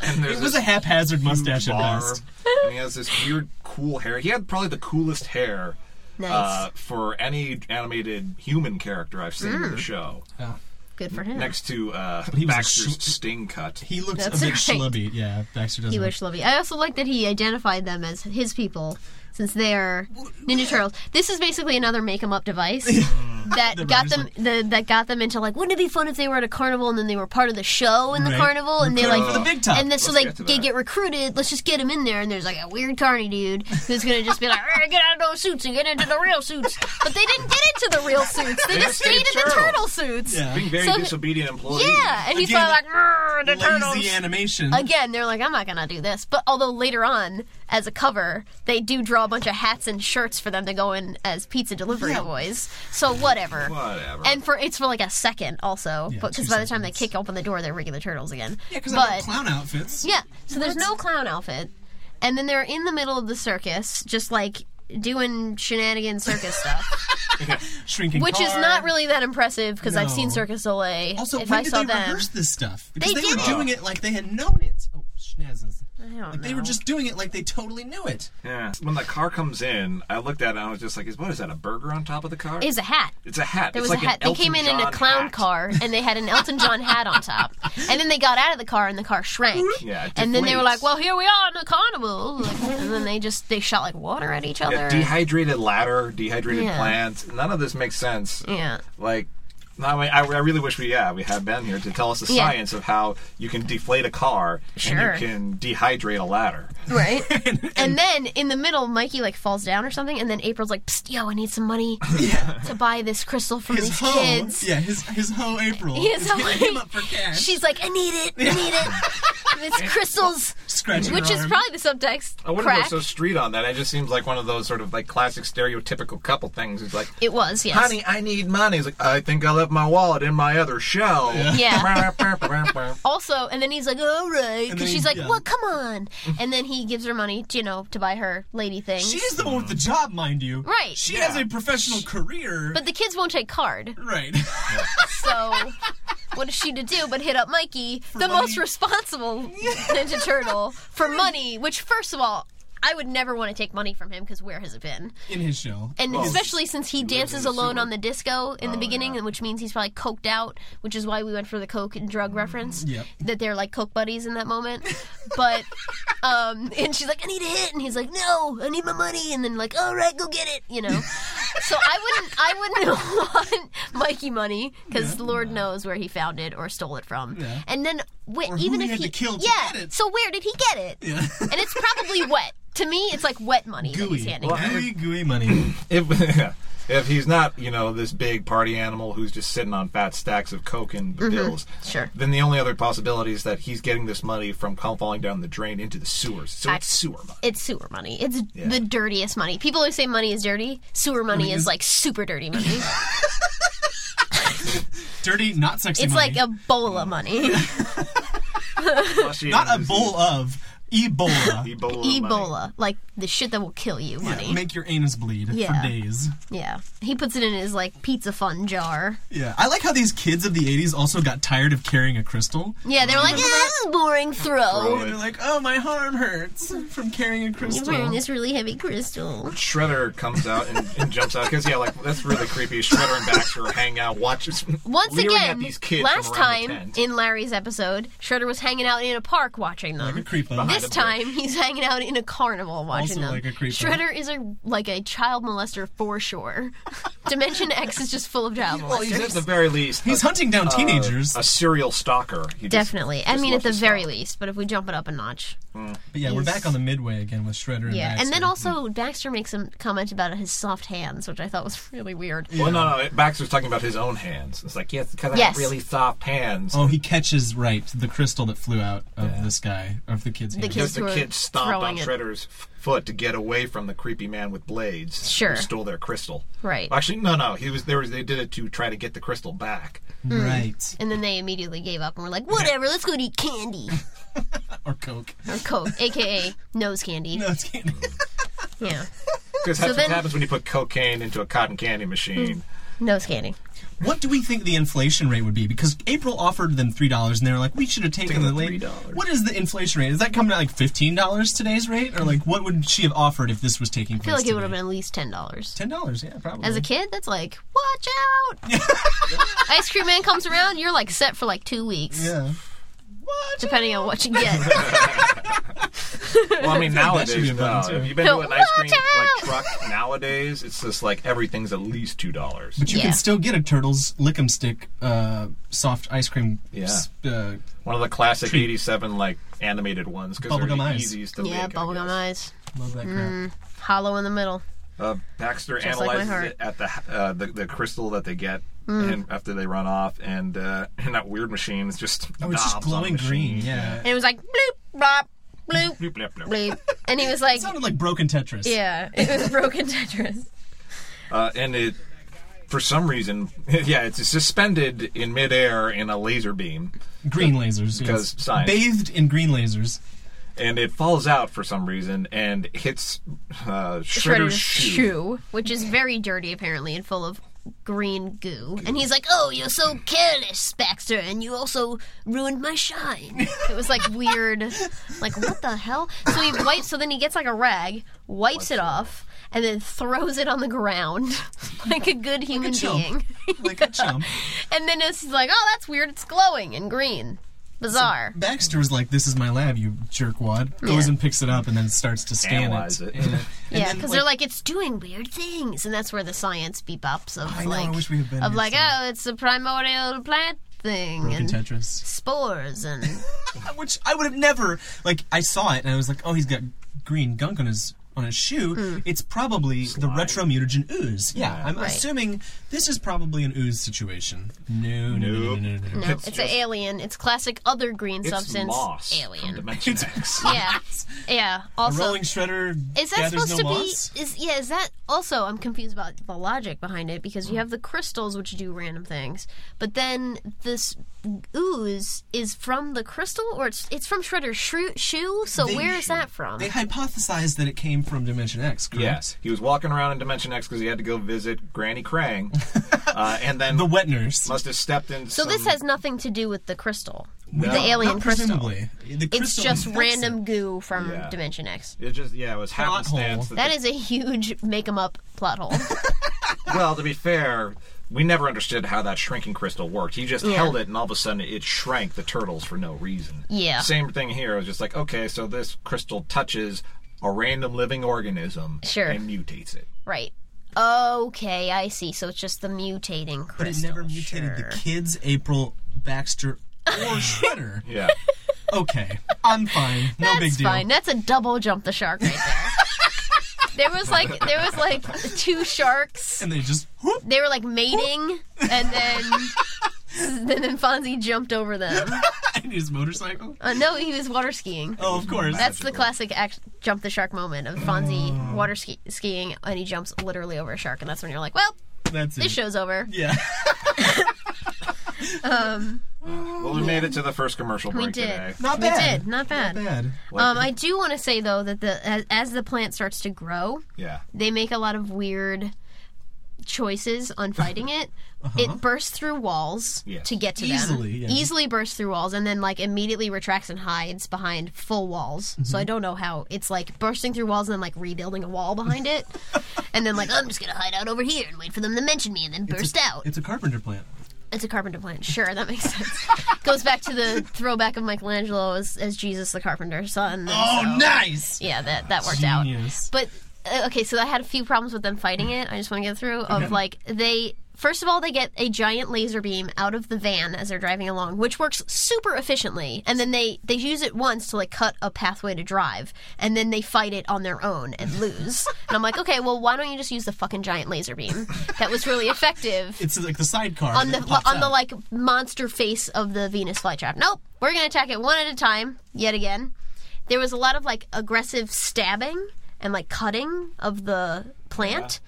and there's It <laughs> was a this haphazard mustache at bar, best. and he has this weird, cool hair. He had probably the coolest hair. nice. Uh, for any animated human character I've seen Hmm. in the show, good for him. next to uh, he was a Baxter's sh- sting cut, He looks That's a bit <laughs> right. schlubby. Yeah, Baxter doesn't. He look- was Lovey. I also like that he identified them as his people, since they're Ninja Turtles. This is basically another make 'em <laughs> up device that The got writers them the, that got them into like, wouldn't it be fun if they were at a carnival and then they were part of the show in the Right. carnival and they Recruited like for the big top. and then so they Let's get to they that. get recruited. Let's just get him in there and there's like a weird carny dude who's gonna just be like, "All right, get out of those suits and get into the real suits. But they didn't get into the real suits. They They just just stayed stayed in the turtles. turtle suits. Yeah. being very So- disobedient employees. Yeah, and he's Again, probably like, "Grr, the turtles Lazy animation. again, they're like, I'm not gonna do this. But although later on, as a cover, they do draw a bunch of hats and shirts for them to go in as pizza delivery boys. So whatever. Whatever. And for it's for like a second also, Yeah, but because two by the time they seconds. kick open the door, they're regular turtles again. Yeah, because but I like clown outfits. yeah, so there's no clown outfit, and then they're in the middle of the circus, just like doing <laughs> shenanigan circus stuff, Shrinking which is car. not really that impressive because I've seen No. Circus Soleil. Also, if when I did saw they them, rehearse this stuff? Because They they, were didn't. doing it like they had known it. Oh, schnazzes. I don't Like know. they were just doing it like they totally knew it. Yeah. When the car comes in, I looked at it and I was just like, "Is what is that? A burger on top of the car? It's a hat. it's a hat. There it's was like a hat. An They came in in Elton a John clown hat. car, and they had an Elton John hat on <laughs> top. And then they got out of the car, and the car shrank. Mm-hmm. Yeah, it and then they were deflates. like, "Well, here we are in the carnival." Like, and then they just they shot like water at each A other. dehydrated ladder, dehydrated Yeah. plants. None of this makes sense. yeah. Like. No, I, mean, I, I really wish we yeah we had Ben here to tell us the Yeah. science of how you can deflate a car Sure. and you can dehydrate a ladder. <laughs> Right. and then in the middle, Mikey like falls down or something, and then April's like, Psst, "Yo, I need some money <laughs> to buy this crystal from His these hoe, kids." yeah, his his hoe <laughs> April. He is is so hitting him up for cash. She's like, "I need it. I need <laughs> it." It's crystals, scratching which her is arm. probably the subtext. I wouldn't Crack. go so street on that. It just seems like one of those sort of like classic stereotypical couple things. It's like, it was yes. honey, I need money. He's like, I think I left my wallet in my other shell. <laughs> Yeah. also, and then he's like, all right. And Because then she's he- like, yeah. well, come <laughs> on. And then he gives her money, you know, to buy her lady things. She's the one with the job, mind you. Right. She has a professional career. but the kids won't take card. right. <laughs> So what is she to do but hit up Mikey, the money. <laughs> most responsible Ninja Turtle, for money, which, first of all, I would never want to take money from him because where has it been? in his show. And especially since he dances the alone sewer. on the disco Oh, in the beginning, which means he's probably coked out, which is why we went for the coke and drug reference. Mm-hmm. Yep. That they're like coke buddies in <laughs> that moment. But, um, and she's like, I need a hit. And he's like, no, I need my money. And then, like, all right, go get it, <laughs> you know? so I wouldn't, I wouldn't <laughs> want Mikey money because Lord knows where he found it or stole it from. Yeah. And then, wait, Or who even he if had he, to kill to yeah, get it. so where did he get it? Yeah. And it's probably wet. To me, it's like wet money that he's gooey. handing her. Gooey, gooey money. <laughs> if, <laughs> if he's not, you know, this big party animal who's just sitting on fat stacks of coke and bills, Mm-hmm. Sure. then the only other possibility is that he's getting this money from cum falling down the drain into the sewers. So it's sewer <laughs> money. It's sewer money. It's Yeah. the dirtiest money. People who say money is dirty, sewer money is like super dirty <laughs> money. Dirty, not sexy it's money. <laughs> like a bowl of money. Plus he not a uses- bowl of. <laughs> Ebola. Ebola. money. Ebola, like the shit that will kill you money. Yeah, Make your anus bleed Yeah. for days. he puts it in his like pizza fun jar. Yeah. I like how these kids of the 80s also got tired of carrying a crystal. Yeah, they were <laughs> like, ah, this is a boring throw. Throw it. They're like, oh, my arm hurts from carrying a He's crystal. wearing this really heavy crystal. Shredder comes out and, and jumps out because yeah, like that's really creepy. Shredder and Baxter hang out, <laughs> watches. Once leering again, at these kids from last around time the tent. in Larry's episode, Shredder was hanging out in a park watching them. Like a creepo. Behind this a bush. time, he's hanging out in a carnival watching Also them. like a creepo. Shredder is a like a child molester for sure. <laughs> Dimension X is just full of child well, molesters. he's at the very least. He's a, hunting down teenagers. a serial stalker. He just- Definitely. I just mean, at loves the to very stalk. least. But if we jump it up a notch, but yeah, we're back on the midway again with Shredder and yeah. Baxter. And then also Baxter makes some comment about his soft hands, which I thought was really weird. Well, no, no. Baxter's talking about his own hands. It's like, yes, because I Yes. have really soft hands. Oh, he catches right the crystal that flew out of this guy, of the kid's hand. kid- Because Kids the were kids stomped throwing on it. Shredder's f- foot to get away from the creepy man with blades. Sure. Who stole their crystal. Right. Actually, no, no. He was there. Was, they did it to try to get the crystal back. Hmm, Right. And then they immediately gave up and were like, whatever, let's go to eat candy. Or Coke. Or Coke, aka <laughs> nose candy. No, it's candy. Yeah. Because that's then- Hmm. what happens when you put cocaine into a cotton candy machine. Nose candy. What do we think the inflation rate would be? Because April offered them three dollars, and they were like, "We should have taken Taking the the late." $3. What is the inflation rate? Is that coming at like fifteen dollars today's rate, or like what would she have offered if this was taking I feel place? like it would have been at least ten dollars. ten dollars. Yeah, probably. As a kid, that's like, watch <laughs> out! Ice cream man comes around, you're like set for like two weeks, yeah, depending on what you get. Well, <laughs> I mean, that should be nowadays, a no. button, too. If you've been No, to an ice cream watch like out! truck nowadays, it's just like everything's at least two dollars. but you Yeah. can still get a turtles lick'em stick uh, soft ice cream. Yeah. s- Uh, One of the classic Treat. '87 like animated ones because they're Bubblegum the eyes. easiest <laughs> to yeah, lick, I bubblegum guess. eyes, love that crap. Mm. hollow in the middle. Uh, Baxter Just like my analyzes heart. Mm. it at the, uh, the the crystal that they get and after they run off, and uh, and that weird machine is just Oh, it's just knobs on the glowing machine. green. Yeah. And it was like bloop, blop, <laughs> bloop, Bloop, bloop, bloop. bloop, and he was like, It sounded like broken Tetris. yeah, it was broken <laughs> Tetris. Uh, and it, for some reason, <laughs> yeah, it's suspended in midair in a laser beam, Green lasers. Because yes. science. Bathed in green lasers. and it falls out for some reason and hits uh, Shredder's, Shredder's shoe. shoe, which is very dirty apparently and full of green goo. And he's like, "Oh, you're so careless, Baxter, and you also ruined my shine." it was like weird, like what the hell? So he wipes. So then he gets like a rag, wipes it off, and then throws it on the ground <laughs> like a good human chump. being. <laughs> Like a chump. and then it's like, "Oh, that's weird. It's glowing and green." Bizarre. Baxter was like, "This is my lab, you jerkwad." Goes Yeah. and picks it up, and then starts to scan Analyze it. it. And, uh, and Yeah, then, because they're like it's doing weird things, and that's where the science bebops of I know, I like wish we had been of here like sooner. oh, it's a primordial plant thing broken and Tetris, <laughs> spores and which I would have never like. I saw it and I was like, "Oh, he's got green gunk on his on his shoe. It's probably the retromutagen ooze." Yeah, I'm Hmm. Right. assuming this is probably an ooze situation. No, no, no, no, no, no. no, it's, an alien. It's classic other green It's substance Moss from alien. Dimension X. <laughs> Yeah, yeah. A Also, rolling shredder is that gathers supposed no to moss. be? Is yeah? Is that also? I'm confused about the logic behind it because Mm. you have the crystals which do random things, but then this ooze is from the crystal, or it's it's from Shredder's shrew- shoe. So They- where is that from? They hypothesized that it came from Dimension X. Correct? Yes, he was walking around in Dimension X because he had to go visit <laughs> Granny Krang, uh, and then The wet nurse. must have stepped in. So this has nothing to do with the crystal, No. the alien Not crystal. presumably. The It's crystal just infects random it. goo from Yeah. Dimension X. It just yeah, it was Plot happenstance. hole. That That is a huge make 'em up <laughs> plot hole. the- well, to be fair, we never understood how that shrinking crystal worked. He just Yeah. held it, and all of a sudden, it shrank the turtles for no reason. Yeah. Same thing here. It was just like, okay, so this crystal touches a random living organism Sure. and mutates it. right. Okay, I see. So it's just the mutating crystal. But it never mutated Sure. the kids, April, Baxter, or <laughs> Shredder. Yeah. Okay, I'm fine. No That's big deal. fine. That's a double jump the shark right <laughs> there. there was like there was like two sharks. And they just whoop. <laughs> They were like mating, and then and then Fonzie jumped over them. in his motorcycle. Uh, no, he was water skiing. Oh, of course. That's the classic act- jump the shark moment of Fonzie water ski- skiing and he jumps literally over a shark, Mm. and that's when you're like, well, That's this it. show's over. Yeah. Well, we made it to the first commercial break We did. today. <laughs> Not we bad. did. Not bad. Bad. Um, I do want to say though that the as, as the plant starts to grow, Yeah. they make a lot of weird choices on fighting it. It bursts through walls Yes. to get to Easily, yeah. them. Easily bursts through walls and then like immediately retracts and hides behind full walls. Mm-hmm. So I don't know how it's like bursting through walls and then like rebuilding a wall behind it. and then like I'm just gonna hide out over here and wait for them to mention me and then burst out. It's a carpenter plant. It's a carpenter plant. Sure, that makes <laughs> sense. Goes back to the throwback of Michelangelo as, as Jesus the carpenter son. Oh, nice. Yeah, that that worked Genius. out. But uh, okay, so I had a few problems with them fighting it. I just want to get through of like they first of all they get a giant laser beam out of the van as they're driving along, which works super efficiently. And then they they use it once to like cut a pathway to drive, and then they fight it on their own and lose. and I'm like, okay, well why don't you just use the fucking giant laser beam? That was really effective It's like the sidecar. on the that pops on the out. like monster face of the Venus flytrap. Nope, we're gonna attack it one at a time yet again. There was a lot of like aggressive stabbing and like cutting of the plant.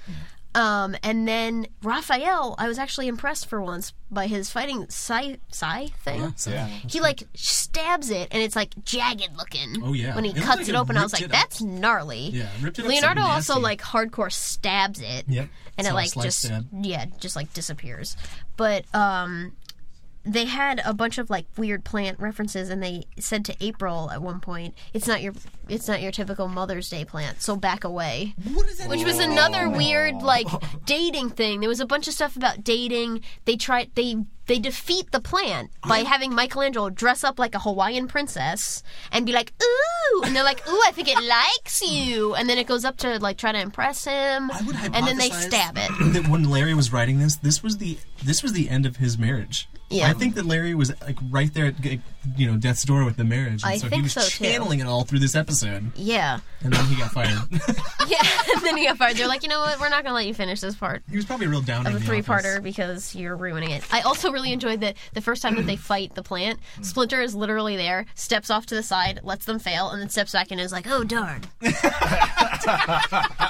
Um, and then Raphael, I was actually impressed for once by his fighting psi psi thing. So- He like stabs it, and it's like jagged looking. Oh, yeah. When he It looked cuts like it it open, I was ripped like, it up. "That's gnarly." Yeah, ripped it up Leonardo some also nasty- like hardcore stabs it. Yep. It's And not it a like slice just stab. yeah, just like disappears. But um, they had a bunch of like weird plant references, and they said to April at one point, "It's not your, it's not your typical Mother's Day plant, so back away." What is that? which was another weird like dating thing. There was a bunch of stuff about dating. They tried they they defeat the plan by having Michelangelo dress up like a Hawaiian princess and be like, "Ooh," and they're like, "Ooh, I think it likes you," and then it goes up to like try to impress him, I would and then they hypothesize- stab <clears throat> it. that when Larry was writing this, this was the this was the end of his marriage. Yeah. I think that Larry was like right there at like, you know death's door with the marriage, and I so he think was so, too. channeling it all through this episode, Yeah, <laughs> and then he got fired. <laughs> yeah. <laughs> and then he got fired. They're like, "You know what? We're not gonna let you finish this part." he was probably real down of in a the three parter office. because you're ruining it. I also really enjoyed that the first <clears throat> time that they fight the plant, Hmm. Splinter is literally there, steps off to the side, lets them fail, and then steps back and is like, <laughs> "Oh darn."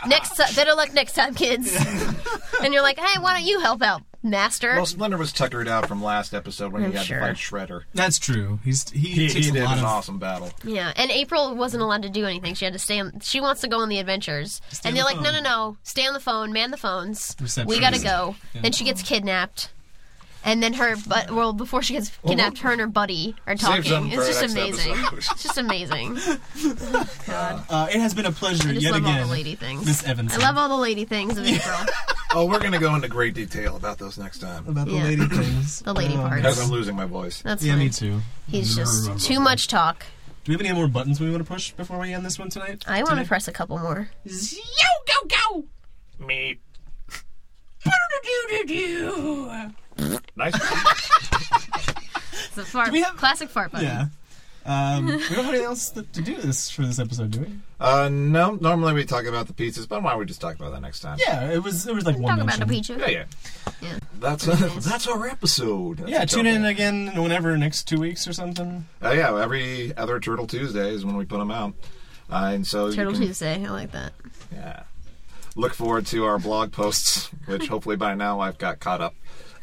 next, ti- better luck next <laughs> time, kids. and you're like, "Hey, why don't you help out, Master?" Well, Splinter was tuckered out from last episode when I'm he had sure. to fight Shredder. That's true. He's he, He, takes he a did lot an of awesome battle. yeah, and April wasn't allowed to do anything. She had to stay. On, she wants to go on the adventures, Stay and on they're like, the "No, no, phone. no! Stay on the phone, man the phones. We Receptionist. gotta go." Then she gets kidnapped. And then her, but well, before she gets kidnapped, her and her buddy are something talking. for It's just our next amazing. episode. <laughs> It's just amazing. God, Uh, it has been a pleasure I just yet love again, all the lady things. Miss Evans. I love all the lady things of April. Oh, we're going to go into great detail about those next time. about the yeah. lady things. The lady Um, Because parts. I'm losing my voice. That's Yeah, fine. me too. He's just too much talk. Do we have any more buttons we want to push before we end this one tonight? I want to press a couple more. Yo, go, Me. go. Nice. It's a fart, we have- classic fart button. Yeah. Um, we <laughs> don't have anything else th- to do this for this episode, do we? Uh, no, normally we talk about the pizzas, but why don't we just talk about that next time? Yeah, it was it was like one Talk about mention. a peaches. Yeah, yeah. Yeah. That's uh, <laughs> that's our episode. That's Yeah, a tune double. in again whenever next two weeks or something. Uh, yeah, every other Turtle Tuesday is when we put them out, uh, and so Turtle you can, Tuesday. I like that. Yeah, look forward to our blog posts, which hopefully by now I've got caught up.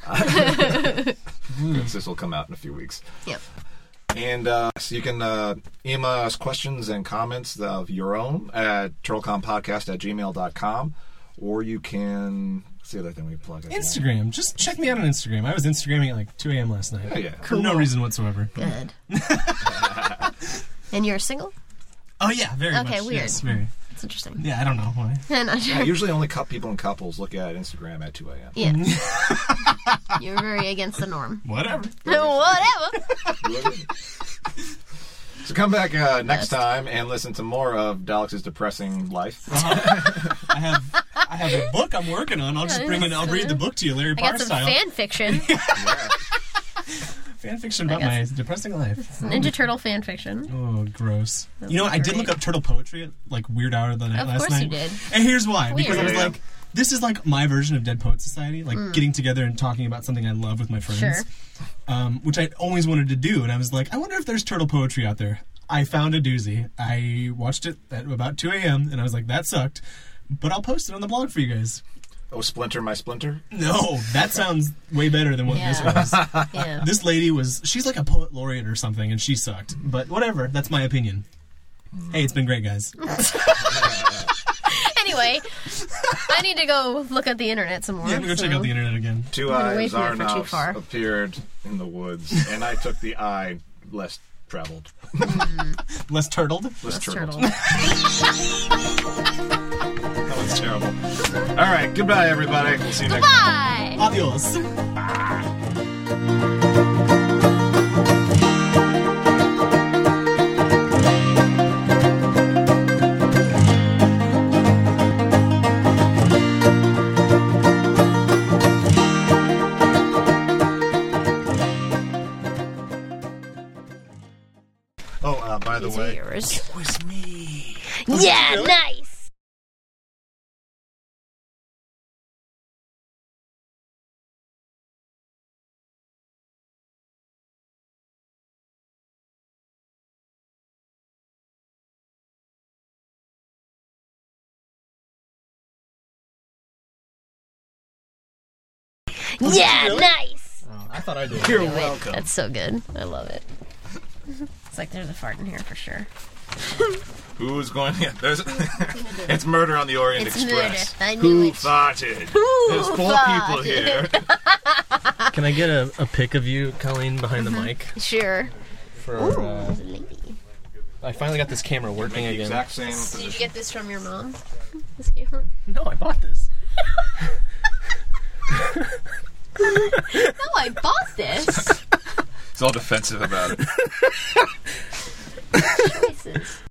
<laughs> Since this will come out in a few weeks, Yep. and uh, so you can uh, email us questions and comments of your own at turtlecompodcast at gmail.com, or you can. What's the other thing we plug? I think? Instagram. Just check me out on Instagram. I was Instagramming at like 2 a.m. last night. Oh, yeah. For no reason whatsoever. <laughs> Good. and you're single? Oh, yeah, very Okay, much. weird. Yes, very. That's interesting. Yeah, I don't know why. And I- <laughs> I usually only cut people in couples look at Instagram at 2 a.m. yeah. <laughs> you're very against the norm. <laughs> Whatever. Whatever. so come back uh, next time and listen to more of Dalex's depressing life. I have I have a book I'm working on. I'll just bring in, I'll read the book to you, Larry I Parr got some style. fan fiction. <laughs> fan fiction about my depressing life. Ninja Turtle fan fiction. Oh, gross. you know, what? I did look great. up turtle poetry at like Weird Hour the night Of last course night. you did. And here's why. Weird. Mm. Because I was Yeah, yeah. like, this is like my version of Dead Poet Society, like getting together and talking about something I love with my friends. Sure. Um, which I'd always wanted to do, and I was like, I wonder if there's turtle poetry out there. I found a doozy. I watched it at about 2 a.m., and I was like, that sucked, but I'll post it on the blog for you guys. Oh, Splinter, my Splinter. No, that sounds way better than what this Yeah. <laughs> was. <laughs> Yeah. This lady was, she's like a poet laureate or something, and she sucked. But whatever, that's my opinion. Hey, it's been great, guys. anyway, I need to go look at the internet some more. Yeah, I'm gonna go check so- out the internet again. Two I'm away eyes, from it for too far. Arnolfs appeared in the woods, and I took the eye less traveled, Less turtled. less turtle. turtled. That was terrible. All right, goodbye, everybody. We'll see you next. time. Bye. Adios. Oh, uh, by the These way. are yours. Was me. Yeah, nice. Yeah, nice. I thought I did. You're Wait, welcome. That's so good. I love it. It's like there's a fart in here for sure. Who's going? Yeah, <laughs> there's. it's murder on the Orient It's Express. murder. I knew Who it. farted? There's four people here. <laughs> Can I get a, a pic of you, Colleen, behind the mic? <laughs> Sure. For uh, I finally got this camera working the again. exact same. Did you position. get this from your mom? This camera? No, I bought this. No, I bought <laughs> this. It's all defensive <laughs> about it. Choices.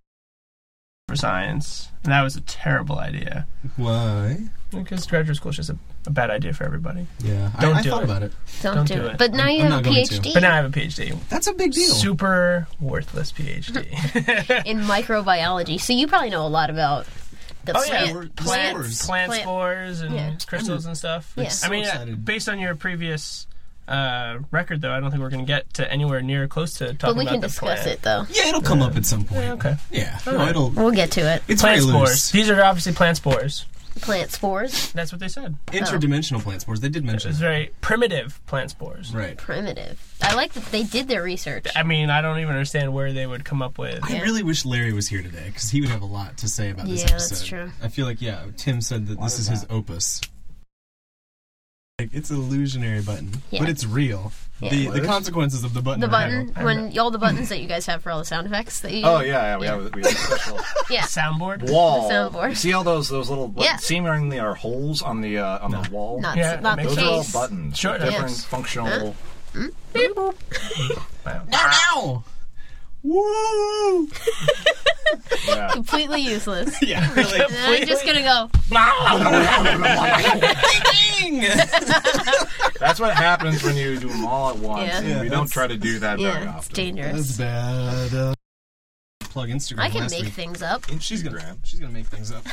for science. And that was a terrible idea. Why? Because graduate school is just a, a bad idea for everybody. Yeah, Don't I, I do thought it. about it. Don't, Don't do, do it. it. But now you I'm have not a going to. PhD But now I have a PhD. That's a big deal. Super <laughs> worthless PhD. in microbiology, so you probably know a lot about the Oh, yeah, plant. we're- plants, Spores. plant Plant- spores, and Yeah. crystals and stuff. Yeah. so I mean, uh, excited. based on your previous uh, record, though, I don't think we're going to get to anywhere near close to talking But we about can the discuss plant. it though. Yeah, it'll come Uh, up at some point. Yeah, okay. Yeah, no, it'll. We'll get to it. It's Plant very spores. loose. These are obviously plant spores. Plant spores, That's what they said. Interdimensional plant spores. They did mention It's that. very primitive plant spores. Right. primitive. I like that they did their research. I mean, I don't even understand where they would come up with. I really wish Larry was here today because he would have a lot to say about this Yeah, episode. that's true. I feel like yeah, Tim said that this is his opus. Like, It's an illusionary button, Yeah. but it's real. Yeah. The, the consequences of the button. The are button, real. when all the buttons that you guys have for all the sound effects that you Oh yeah, yeah. We have, we have a special <laughs> yeah. Soundboard? wall. Soundboard. You see all those those little what Yeah. seemingly are holes on the uh, on the wall. Not, Yeah, not that the those makes are all case. buttons. Sure, that different makes- functional. Ow! Woo! Yeah. Completely useless. Yeah, really. And <laughs> I'm just gonna go. <laughs> Ding! That's what happens when you do them all at once. Yeah. and Yeah, we don't that's- try to do that very Yeah, it's often. That's dangerous. bad. Uh, plug Instagram. I can last make week. things up. She's gonna. She's gonna make things <laughs> up.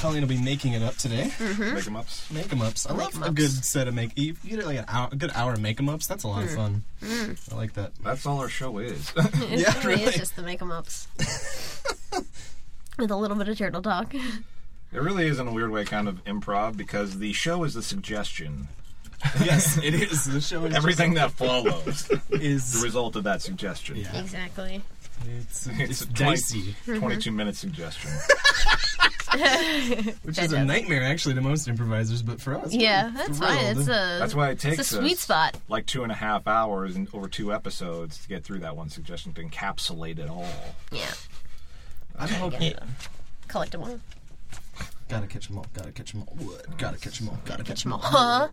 Colleen will be making it up today. Hmm? Make 'em ups. Make 'em ups. I love a ups. good set of make. You you get like an hour, a good hour of make 'em ups. That's a Mm. lot of fun. I like that. That's all our show is. <laughs> It Yeah, really <laughs> is really. just the make 'em ups. With a little bit of turtle talk. it really is in a weird way kind of improv because the show is the suggestion. yes, it is. The show is <laughs> Everything that follows the is. result of that suggestion. Yeah. Exactly. It's, <laughs> It's it's, a twenty- dicey, Mm-hmm. 22 <laughs> minute suggestion. which is a does. nightmare actually to most improvisers, but for us, Yeah, we're that's fine. thrilled. It's a That's why it takes it's a sweet us spot. like two and a half hours and over two episodes to get through that one suggestion to encapsulate it all. Yeah, I'm hoping. collect them all. Gotta catch 'em all. Gotta catch 'em all. What? Gotta catch 'em all. Gotta catch 'em all. <laughs> Huh?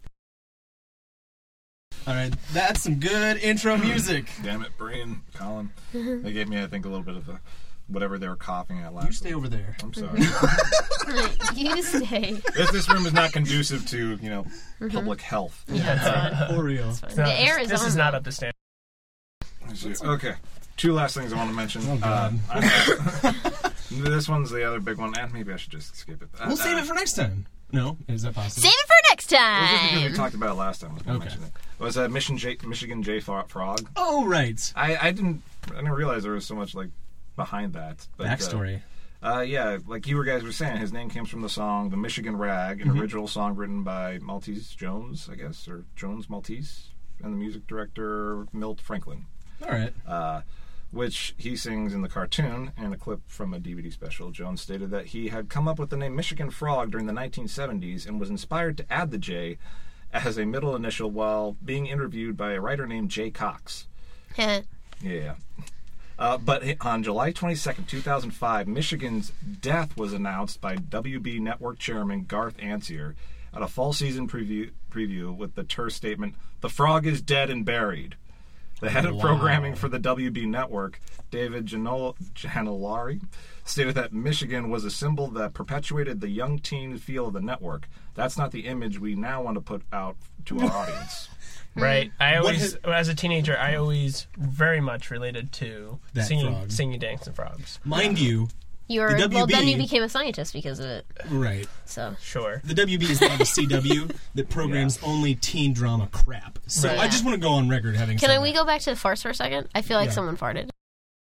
All right, that's some good intro music. Damn it, Brian, Colin. Mm-hmm. They gave me, I think, a little bit of a, whatever they were coughing at last. You stay over <laughs> there. I'm sorry. you stay. this, this room is not conducive to, you know, public health. Mm-hmm. Yeah, <laughs> it's fine. Oreo. It's fine. No, The air this- is This on. is not up to standard. Okay. Two last things I want to mention. Oh, God. Uh, <laughs> <laughs> I- this one's the other big one, and maybe I should just skip it. Uh, We'll save uh, it for next time. No, is that possible? Save it for next Well, just because we time. talked about it last time, I was going to Okay. mention it. It was uh, Mission J- Michigan J Fro- Frog. Oh right, I, I didn't I didn't realize there was so much like behind that. But, uh, backstory. Uh, yeah, like you guys were saying, his name comes from the song "The Michigan Rag," an Mm-hmm. original song written by Maltese Jones, I guess, or Jones Maltese, and the music director Milt Franklin, All right. uh, which he sings in the cartoon and a clip from a DVD special. Jones stated that he had come up with the name Michigan Frog during the 1970s and was inspired to add the J as a middle initial while being interviewed by a writer named Jay Cox. <laughs> Heh. Yeah. Uh, but hi- on July 22nd, 2005, Michigan's death was announced by WB Network Chairman Garth Ansier at a fall season preview, preview with the terse statement, The frog is dead and buried. The head of programming for the WB Network, David Janol- Janolari, stated that Michigan was a symbol that perpetuated the young teen feel of the network. That's not the image we now want to put out to our audience. Hmm. Right. I What always, as a teenager, I always very much related to That singing, frog. singing, dancing frogs. Mind you, You were The well. Then WB. you became a scientist because of it. right. So Sure. The WB is now the CW that programs only teen drama crap. So Right. I just want to go on record having can said I, we that. go back to the farce for a second? I feel like Yeah. someone farted.